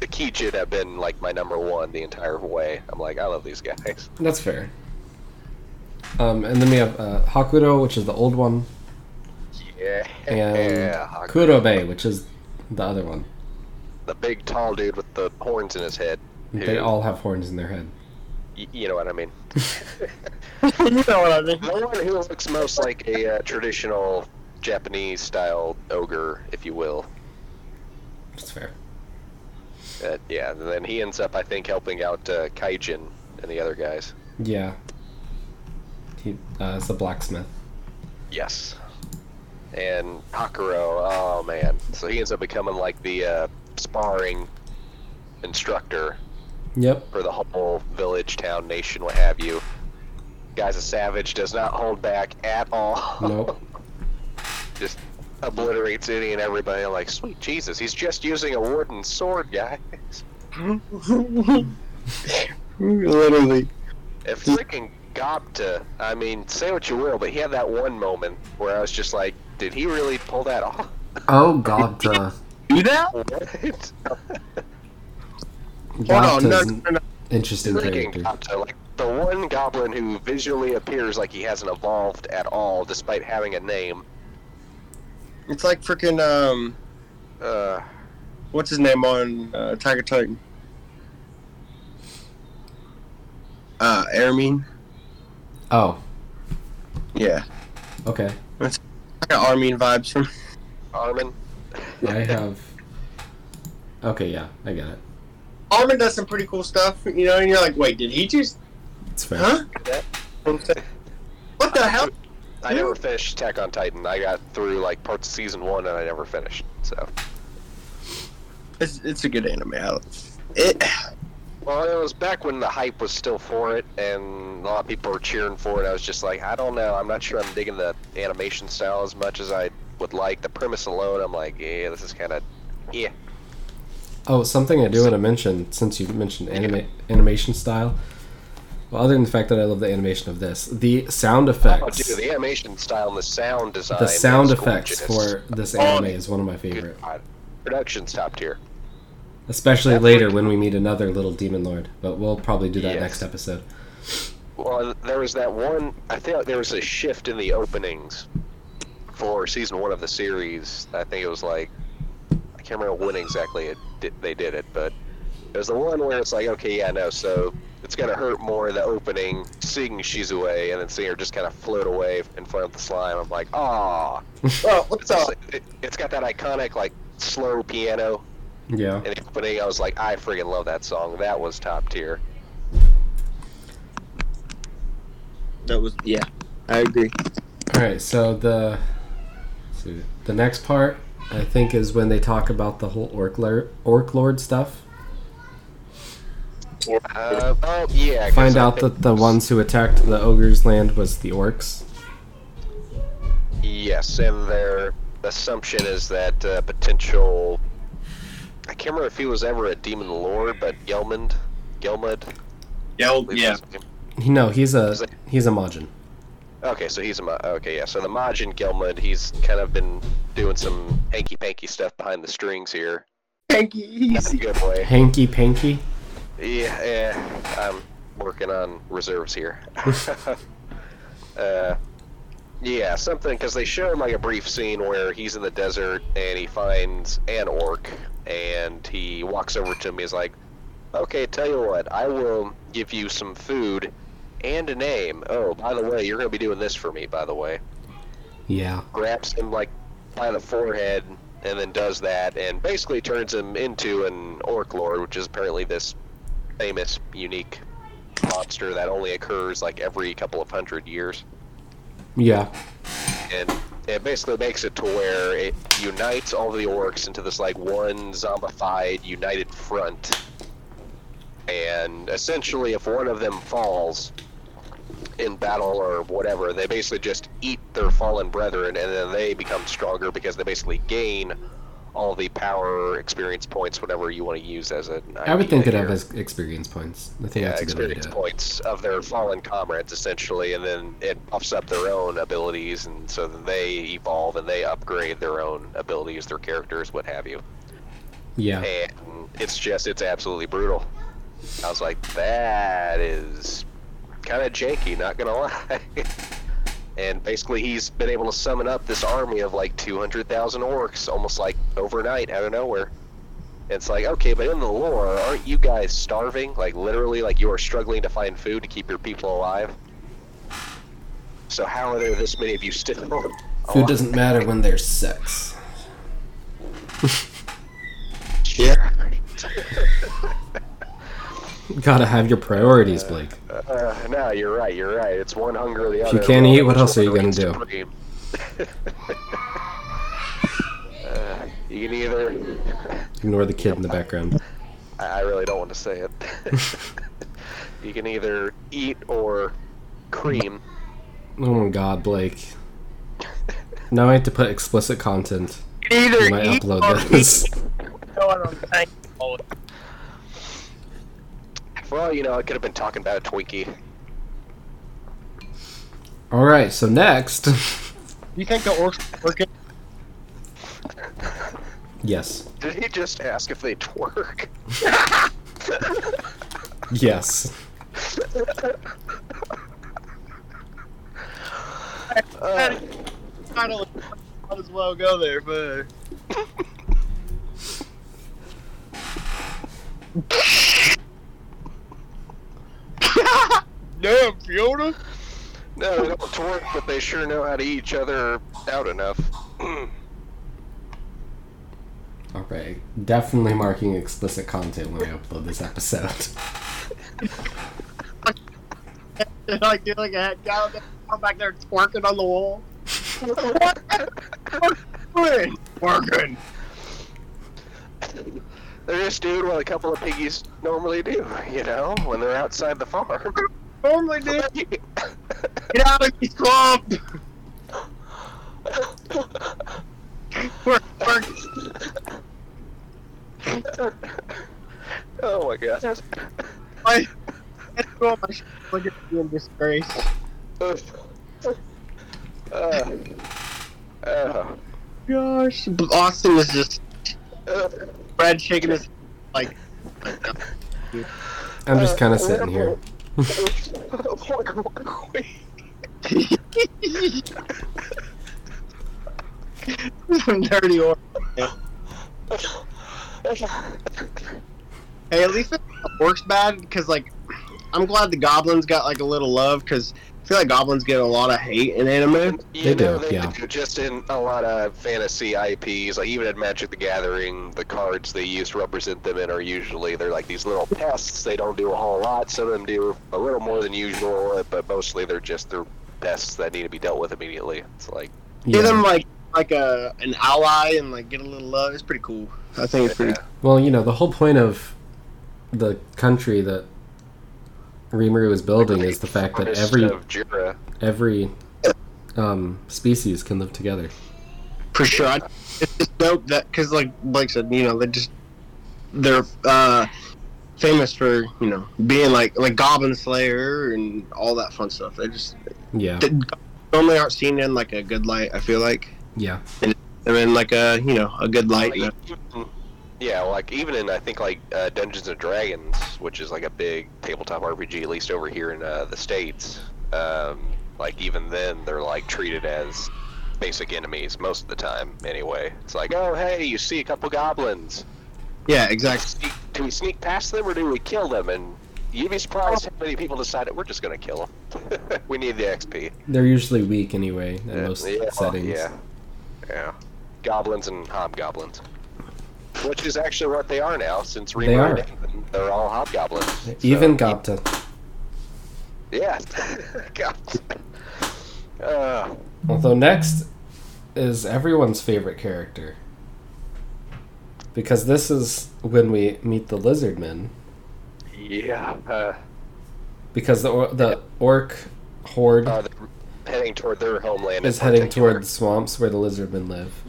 Speaker 2: the Kijin have been like my number one the entire way. I'm like, I love these guys.
Speaker 1: That's fair. Um, and then we have uh, Hakuro, which is the old one,
Speaker 2: Yeah.
Speaker 1: and
Speaker 2: Eh, yeah.
Speaker 1: Kurobe, which is the other one.
Speaker 2: The big tall dude with the horns in his head.
Speaker 1: They
Speaker 2: who-
Speaker 1: all have horns in their head.
Speaker 2: y- you know what I mean.
Speaker 3: you know what I mean?
Speaker 2: The one who looks most like a uh, traditional Japanese style ogre, if you will.
Speaker 1: That's fair.
Speaker 2: Uh, yeah, and then he ends up, I think, helping out uh, Kaijin and the other guys.
Speaker 1: Yeah. He uh, is a blacksmith.
Speaker 2: Yes. And Hakuro, oh man. So he ends up becoming like the uh, sparring instructor
Speaker 1: Yep.
Speaker 2: for the whole village, town, nation, what have you. Guy's a savage, does not hold back at all.
Speaker 1: Nope.
Speaker 2: just obliterates any and everybody. I'm like, sweet Jesus, he's just using a wooden sword, guys.
Speaker 3: Literally.
Speaker 2: If freaking Gopta, I mean, say what you will, but he had that one moment where I was just like, did he really pull that off?
Speaker 1: Oh God. Uh,
Speaker 3: Do that?
Speaker 2: What?
Speaker 3: Hold on. No, no, no.
Speaker 1: Interesting
Speaker 2: freaking
Speaker 1: character.
Speaker 2: Gopta, like the one goblin who visually appears like he hasn't evolved at all, despite having a name.
Speaker 3: It's like freaking um,
Speaker 2: Uh,
Speaker 3: what's his name on uh, Tiger Titan? Uh, Aramine.
Speaker 1: Oh.
Speaker 3: Yeah.
Speaker 1: Okay.
Speaker 3: I got Armin vibes from.
Speaker 2: Armin.
Speaker 1: I have. Okay. Yeah. I get it.
Speaker 3: Armin does some pretty cool stuff, you know, and you're like, wait, did he just?
Speaker 1: It's fair.
Speaker 3: Huh? What the hell?
Speaker 2: I never finished Attack on Titan. I got through like parts of season one and I never finished. So
Speaker 3: It's, it's a good anime. I- It.
Speaker 2: Well, it was back when the hype was still for it, and a lot of people were cheering for it. I was just like, I don't know. I'm not sure I'm digging the animation style as much as I would like. The premise alone, I'm like, yeah, this is kind of, yeah.
Speaker 1: Oh, something I do want to mention since you mentioned anima- animation style. Well, other than the fact that I love the animation of this, the sound
Speaker 2: Oh,
Speaker 1: effects,
Speaker 2: dude, the animation style and the sound design.
Speaker 1: the sound
Speaker 2: was
Speaker 1: effects
Speaker 2: gorgeous.
Speaker 1: for this
Speaker 3: Oh,
Speaker 1: anime is one of my favorite,
Speaker 2: Good God. Production's top tier.
Speaker 1: especially
Speaker 2: That's
Speaker 1: later
Speaker 2: like-
Speaker 1: when we meet another little demon lord. But we'll probably do that
Speaker 2: Yes.
Speaker 1: next episode.
Speaker 2: Well, there was that one. I think there was a shift in the openings for season one of the series. I think it was like I can't remember when exactly it did, they did it, but it was the one where it's like, okay, yeah, no, so it's gonna hurt more in the opening, seeing she's away, and then seeing her just kind of float away in front of the slime. I'm like, ah,
Speaker 3: Well, what's
Speaker 2: it's, just
Speaker 3: up?
Speaker 2: like- it, it's got that iconic like slow piano
Speaker 1: Yeah.
Speaker 2: in the opening. I was like, I freaking love that song. That was top tier.
Speaker 4: That was yeah. I agree.
Speaker 1: All right. So the let's see, the next part I think is when they talk about the whole orc lord, orc lord stuff.
Speaker 2: Uh, oh yeah, 'cause
Speaker 1: Find
Speaker 2: I
Speaker 1: out
Speaker 2: think-
Speaker 1: that the ones who attacked the ogre's land was the orcs.
Speaker 2: Yes, and their assumption is that uh, potential. I can't remember if he was ever a demon lord, but Gelmund, Gelmud.
Speaker 3: Yeah,
Speaker 2: I believe
Speaker 3: yeah.
Speaker 2: that's his name.
Speaker 1: No, he's a
Speaker 2: Is it-
Speaker 1: he's a Majin.
Speaker 2: Okay, so he's a mo- okay, yeah. So the Majin Gelmud, he's kind of been doing some hanky panky stuff behind the strings here.
Speaker 3: Thank
Speaker 2: Not in a good way.
Speaker 1: Hanky Panky.
Speaker 2: Yeah, yeah. I'm working on reserves here. uh, yeah, something because they show him like a brief scene where he's in the desert and he finds an orc and he walks over to him. He's like, "Okay, tell you what, I will give you some food and a name. Oh, by the way, you're gonna be doing this for me. By the way."
Speaker 1: Yeah.
Speaker 2: grabs him like by the forehead and then does that and basically turns him into an orc lord, which is apparently this famous, unique monster that only occurs like every couple of hundred years.
Speaker 1: Yeah.
Speaker 2: And it basically makes it to where it unites all the orcs into this like one zombified united front. And essentially, if one of them falls in battle or whatever, they basically just eat their fallen brethren and then they become stronger because they basically gain all the power, experience points, whatever you want to use as an.
Speaker 1: I would think
Speaker 2: that
Speaker 1: that have his experience points. I think
Speaker 2: yeah,
Speaker 1: that's a good
Speaker 2: experience
Speaker 1: idea.
Speaker 2: points of their fallen comrades essentially, and then it buffs up their own abilities, and so then they evolve and they upgrade their own abilities, their characters, what have you.
Speaker 1: Yeah.
Speaker 2: And it's just, it's absolutely brutal. I was like, that is kind of janky, not gonna lie. and basically, he's been able to summon up this army of like 200,000 orcs almost like overnight out of nowhere. It's like, okay, but in the lore, aren't you guys starving? Like, literally, like you are struggling to find food to keep your people alive? So, how are there this many of you still?
Speaker 1: Food
Speaker 2: alive?
Speaker 1: doesn't matter when there's sex.
Speaker 4: Yeah.
Speaker 1: Gotta have your priorities, Blake.
Speaker 2: Uh, no, you're right. You're right. It's one hunger or the other.
Speaker 1: you can't
Speaker 2: Well,
Speaker 1: eat, what
Speaker 2: which
Speaker 1: else are you gonna
Speaker 2: one reigns
Speaker 1: do?
Speaker 2: supreme? Uh, you can either.
Speaker 1: Ignore the kid in the background.
Speaker 2: I I really don't want to say it. you can either eat or cream.
Speaker 1: Oh my god, Blake. Now I have to put explicit content
Speaker 3: Either
Speaker 1: when I upload this.
Speaker 2: Well, you know, I could have been talking about a Twinkie.
Speaker 1: Alright, so next.
Speaker 3: You think the orcs
Speaker 5: uh,
Speaker 3: working?
Speaker 1: Yes.
Speaker 2: Did he just ask if they twerk?
Speaker 1: Yes.
Speaker 2: Uh,
Speaker 3: Might as well go there, but damn, Fiona.
Speaker 2: no, they don't twerk, but they sure know how to eat each other out enough.
Speaker 1: Alright. Definitely marking explicit content when I upload this episode.
Speaker 5: like doing a head down there, come back there twerking on the wall.
Speaker 3: Working.
Speaker 2: They're just doing what a couple of piggies normally do, you know, when they're outside the farm.
Speaker 5: Normally,
Speaker 2: Oh,
Speaker 5: dude, get out of the swamp. We're, we're,
Speaker 2: oh my god.
Speaker 5: I, it's going my sh- look at me in disgrace.
Speaker 2: Uh, uh,
Speaker 5: Gosh, Austin was just
Speaker 2: uh,
Speaker 5: Brad shaking his
Speaker 1: I'm
Speaker 2: Uh,
Speaker 1: just kind of sitting here.
Speaker 5: dirty orc.
Speaker 2: Oh,
Speaker 5: Hey, at least it works bad because like I'm glad the goblins got like a little love because I feel like goblins get a lot of hate in anime.
Speaker 2: You know,
Speaker 1: do,
Speaker 2: they
Speaker 1: yeah.
Speaker 2: do just in a lot of fantasy IPs, like even in Magic the Gathering, the cards they use to represent them in are usually they're like these little pests. They don't do a whole lot. Some of them do a little more than usual, but mostly they're just they're pests that need to be dealt with immediately. It's like
Speaker 5: Give them
Speaker 1: Yeah.
Speaker 5: like like a an ally and like get a little love. It's pretty cool. I think it's pretty.
Speaker 1: Well, you know, the whole point of the country that Rimuru is building is the fact that
Speaker 2: Forest
Speaker 1: every
Speaker 2: of Jura.
Speaker 1: every um, species can live together.
Speaker 5: for sure. I, it's just dope that because like Blake said, you know, they just they're uh, famous for you know being like like Goblin Slayer and all that fun stuff. They just
Speaker 1: Yeah,
Speaker 5: they normally aren't seen in like a good light. I feel like
Speaker 1: yeah,
Speaker 5: they're in like a you know a good light.
Speaker 2: Like, even- yeah, like even in I think like uh, Dungeons and Dragons, which is like a big tabletop RPG, at least over here in uh, the states. Um, like even then, they're like treated as basic enemies most of the time. Anyway, it's like, oh hey, you see a couple goblins.
Speaker 5: yeah, exactly.
Speaker 2: Sneak, do we sneak past them or do we kill them? And you'd be surprised how many people decided we're just gonna kill them. we need the XP.
Speaker 1: they're usually weak anyway in
Speaker 2: Yeah,
Speaker 1: most
Speaker 2: yeah,
Speaker 1: settings.
Speaker 2: Yeah, yeah. Goblins and hobgoblins, which is actually what they are now. Since
Speaker 1: They are.
Speaker 2: rebranding, they're all hobgoblins. So-
Speaker 1: Even Gopta,
Speaker 2: yeah, God. Uh,
Speaker 1: Although next is everyone's favorite character. Because this is when we meet the lizardmen.
Speaker 2: yeah. Uh,
Speaker 1: Because the or- the orc horde
Speaker 2: uh, they're heading toward their homeland. in
Speaker 1: is heading
Speaker 2: particular.
Speaker 1: toward the swamps where the lizardmen live.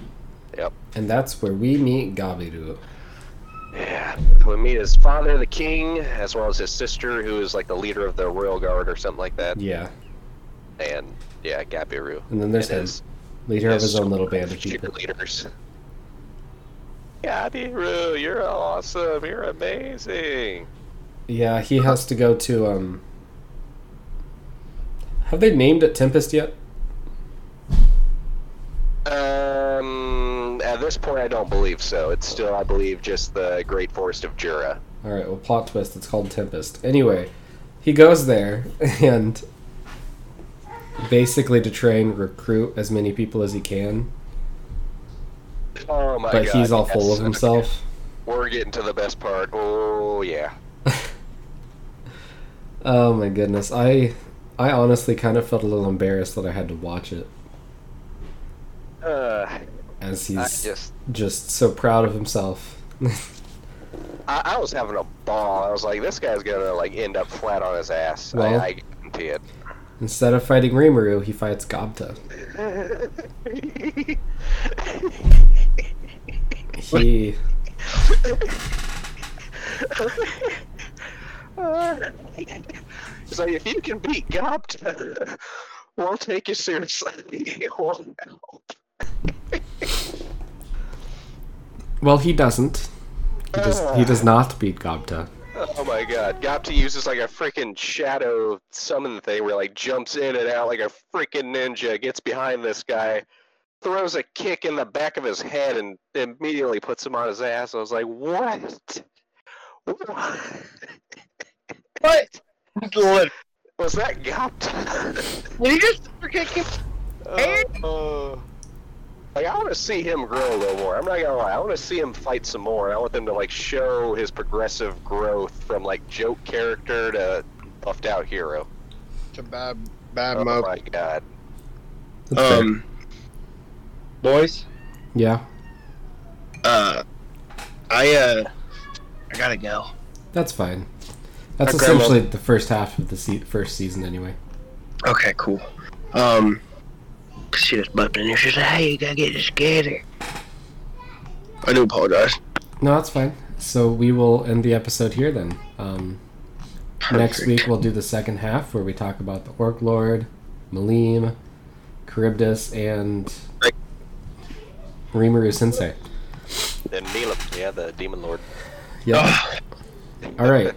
Speaker 2: Yep.
Speaker 1: And that's where we meet Gabiru.
Speaker 2: Yeah. We meet his father, the king, as well as his sister, who is like the leader of the royal guard or something like that.
Speaker 1: Yeah.
Speaker 2: And yeah, Gabiru.
Speaker 1: And then there's
Speaker 2: And
Speaker 1: him,
Speaker 2: his-
Speaker 1: leader of his
Speaker 2: Yes.
Speaker 1: own little band of people.
Speaker 2: cheerleaders. Gabiru, you're awesome. You're amazing.
Speaker 1: Yeah, he has to go to um Have they named it Tempest yet?
Speaker 2: Um, at this point, I don't believe so. It's still, I believe, just the Great Forest of Jura.
Speaker 1: All right, well, plot twist. It's called Tempest. Anyway, he goes there and basically to try and recruit as many people as he can,
Speaker 2: Oh my
Speaker 1: but
Speaker 2: god.
Speaker 1: he's all full
Speaker 2: yes.
Speaker 1: of himself.
Speaker 2: We're getting to the best part. Oh, yeah.
Speaker 1: Oh my goodness, I I honestly kind of felt a little embarrassed that I had to watch it
Speaker 2: Uh,
Speaker 1: as
Speaker 2: I
Speaker 1: he's just...
Speaker 2: just,
Speaker 1: so proud of himself.
Speaker 2: I, I was having a ball. I was like, this guy's gonna, like, end up flat on his ass. I,
Speaker 1: Well-
Speaker 2: I guarantee it.
Speaker 1: Instead of fighting Rimuru, he fights Gobta. He
Speaker 2: so if you can beat Gopta, we'll take you seriously. We'll help.
Speaker 1: well, he doesn't. He does, he does not beat Gobta.
Speaker 2: oh my god. Gopta uses like a freaking shadow summon thing where like jumps in and out like a freaking ninja, gets behind this guy, throws a kick in the back of his head and immediately puts him on his ass. I was like, what? What?
Speaker 5: What? Did
Speaker 2: Was that Gopta?
Speaker 5: you just kick him?
Speaker 2: Uh, like I want to see him grow a little more. I'm not gonna lie. I want to see him fight some more. I want them to like show his progressive growth from like joke character to buffed out hero.
Speaker 5: It's a bad bad
Speaker 2: Oh
Speaker 5: mo.
Speaker 2: my god.
Speaker 1: That's fair.
Speaker 5: Um, boys,
Speaker 1: yeah.
Speaker 5: uh, I uh,
Speaker 3: I gotta go.
Speaker 1: That's fine. That's
Speaker 3: Our grandma-
Speaker 1: essentially the first half of the se- first season, anyway.
Speaker 3: Okay, cool. Um, she just bumped in here. She said, "Hey, you gotta get this together." I do apologize.
Speaker 1: No, that's fine. So we will end the episode here then. Um, next week we'll do the second half where we talk about the Orc Lord, Malim, Charybdis, and Rimuru Sensei.
Speaker 2: And Neelam, yeah, the demon lord.
Speaker 1: Yeah.
Speaker 5: Ah.
Speaker 3: Ugh.
Speaker 1: All right.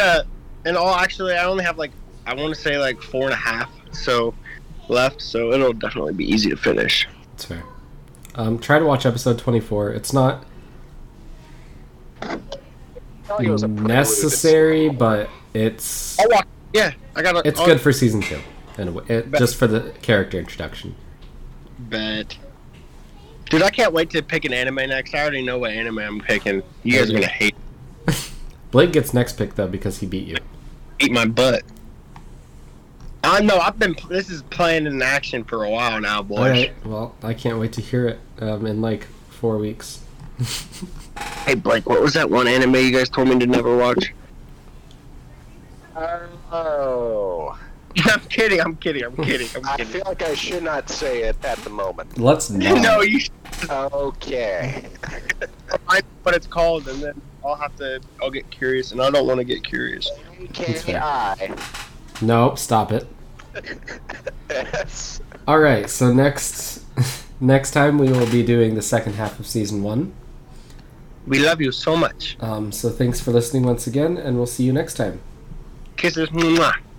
Speaker 3: Uh, and all actually, I only have like I want to say like four and a half so left, so it'll definitely be easy to finish.
Speaker 1: That's fair. Um, try to watch episode 24. It's not
Speaker 2: Probably was a prelude.
Speaker 1: necessary, but it's
Speaker 3: I'll walk. Yeah, I got. oh,
Speaker 1: it's good for season two, in a way, it, just for the character introduction.
Speaker 3: Bet. Dude, I can't wait to pick an anime next. I already know what anime I'm picking. You guys are gonna hate
Speaker 1: Blake gets next pick though because he beat you.
Speaker 3: eat my butt. I know. I've been. This is playing in action for a while now, boys.
Speaker 1: All right. Well, I can't wait to hear it um, in like four weeks.
Speaker 3: Hey Blake, what was that one anime you guys told me to never watch?
Speaker 2: Oh,
Speaker 3: I'm kidding. I'm kidding. I'm kidding. I'm
Speaker 2: I
Speaker 3: kidding.
Speaker 2: feel like I should not say it at the moment.
Speaker 1: Let's not.
Speaker 3: no, you. should
Speaker 2: Okay.
Speaker 3: Find what it's called, and then I'll have to. I'll get curious, and I don't want to get curious.
Speaker 2: KI.
Speaker 1: Nope, stop it.
Speaker 2: Yes.
Speaker 1: All right. So next next time we will be doing the second half of season one.
Speaker 3: We love you so much.
Speaker 1: Um, so thanks for listening once again, and we'll see you next time.
Speaker 3: Kisses. Mwah.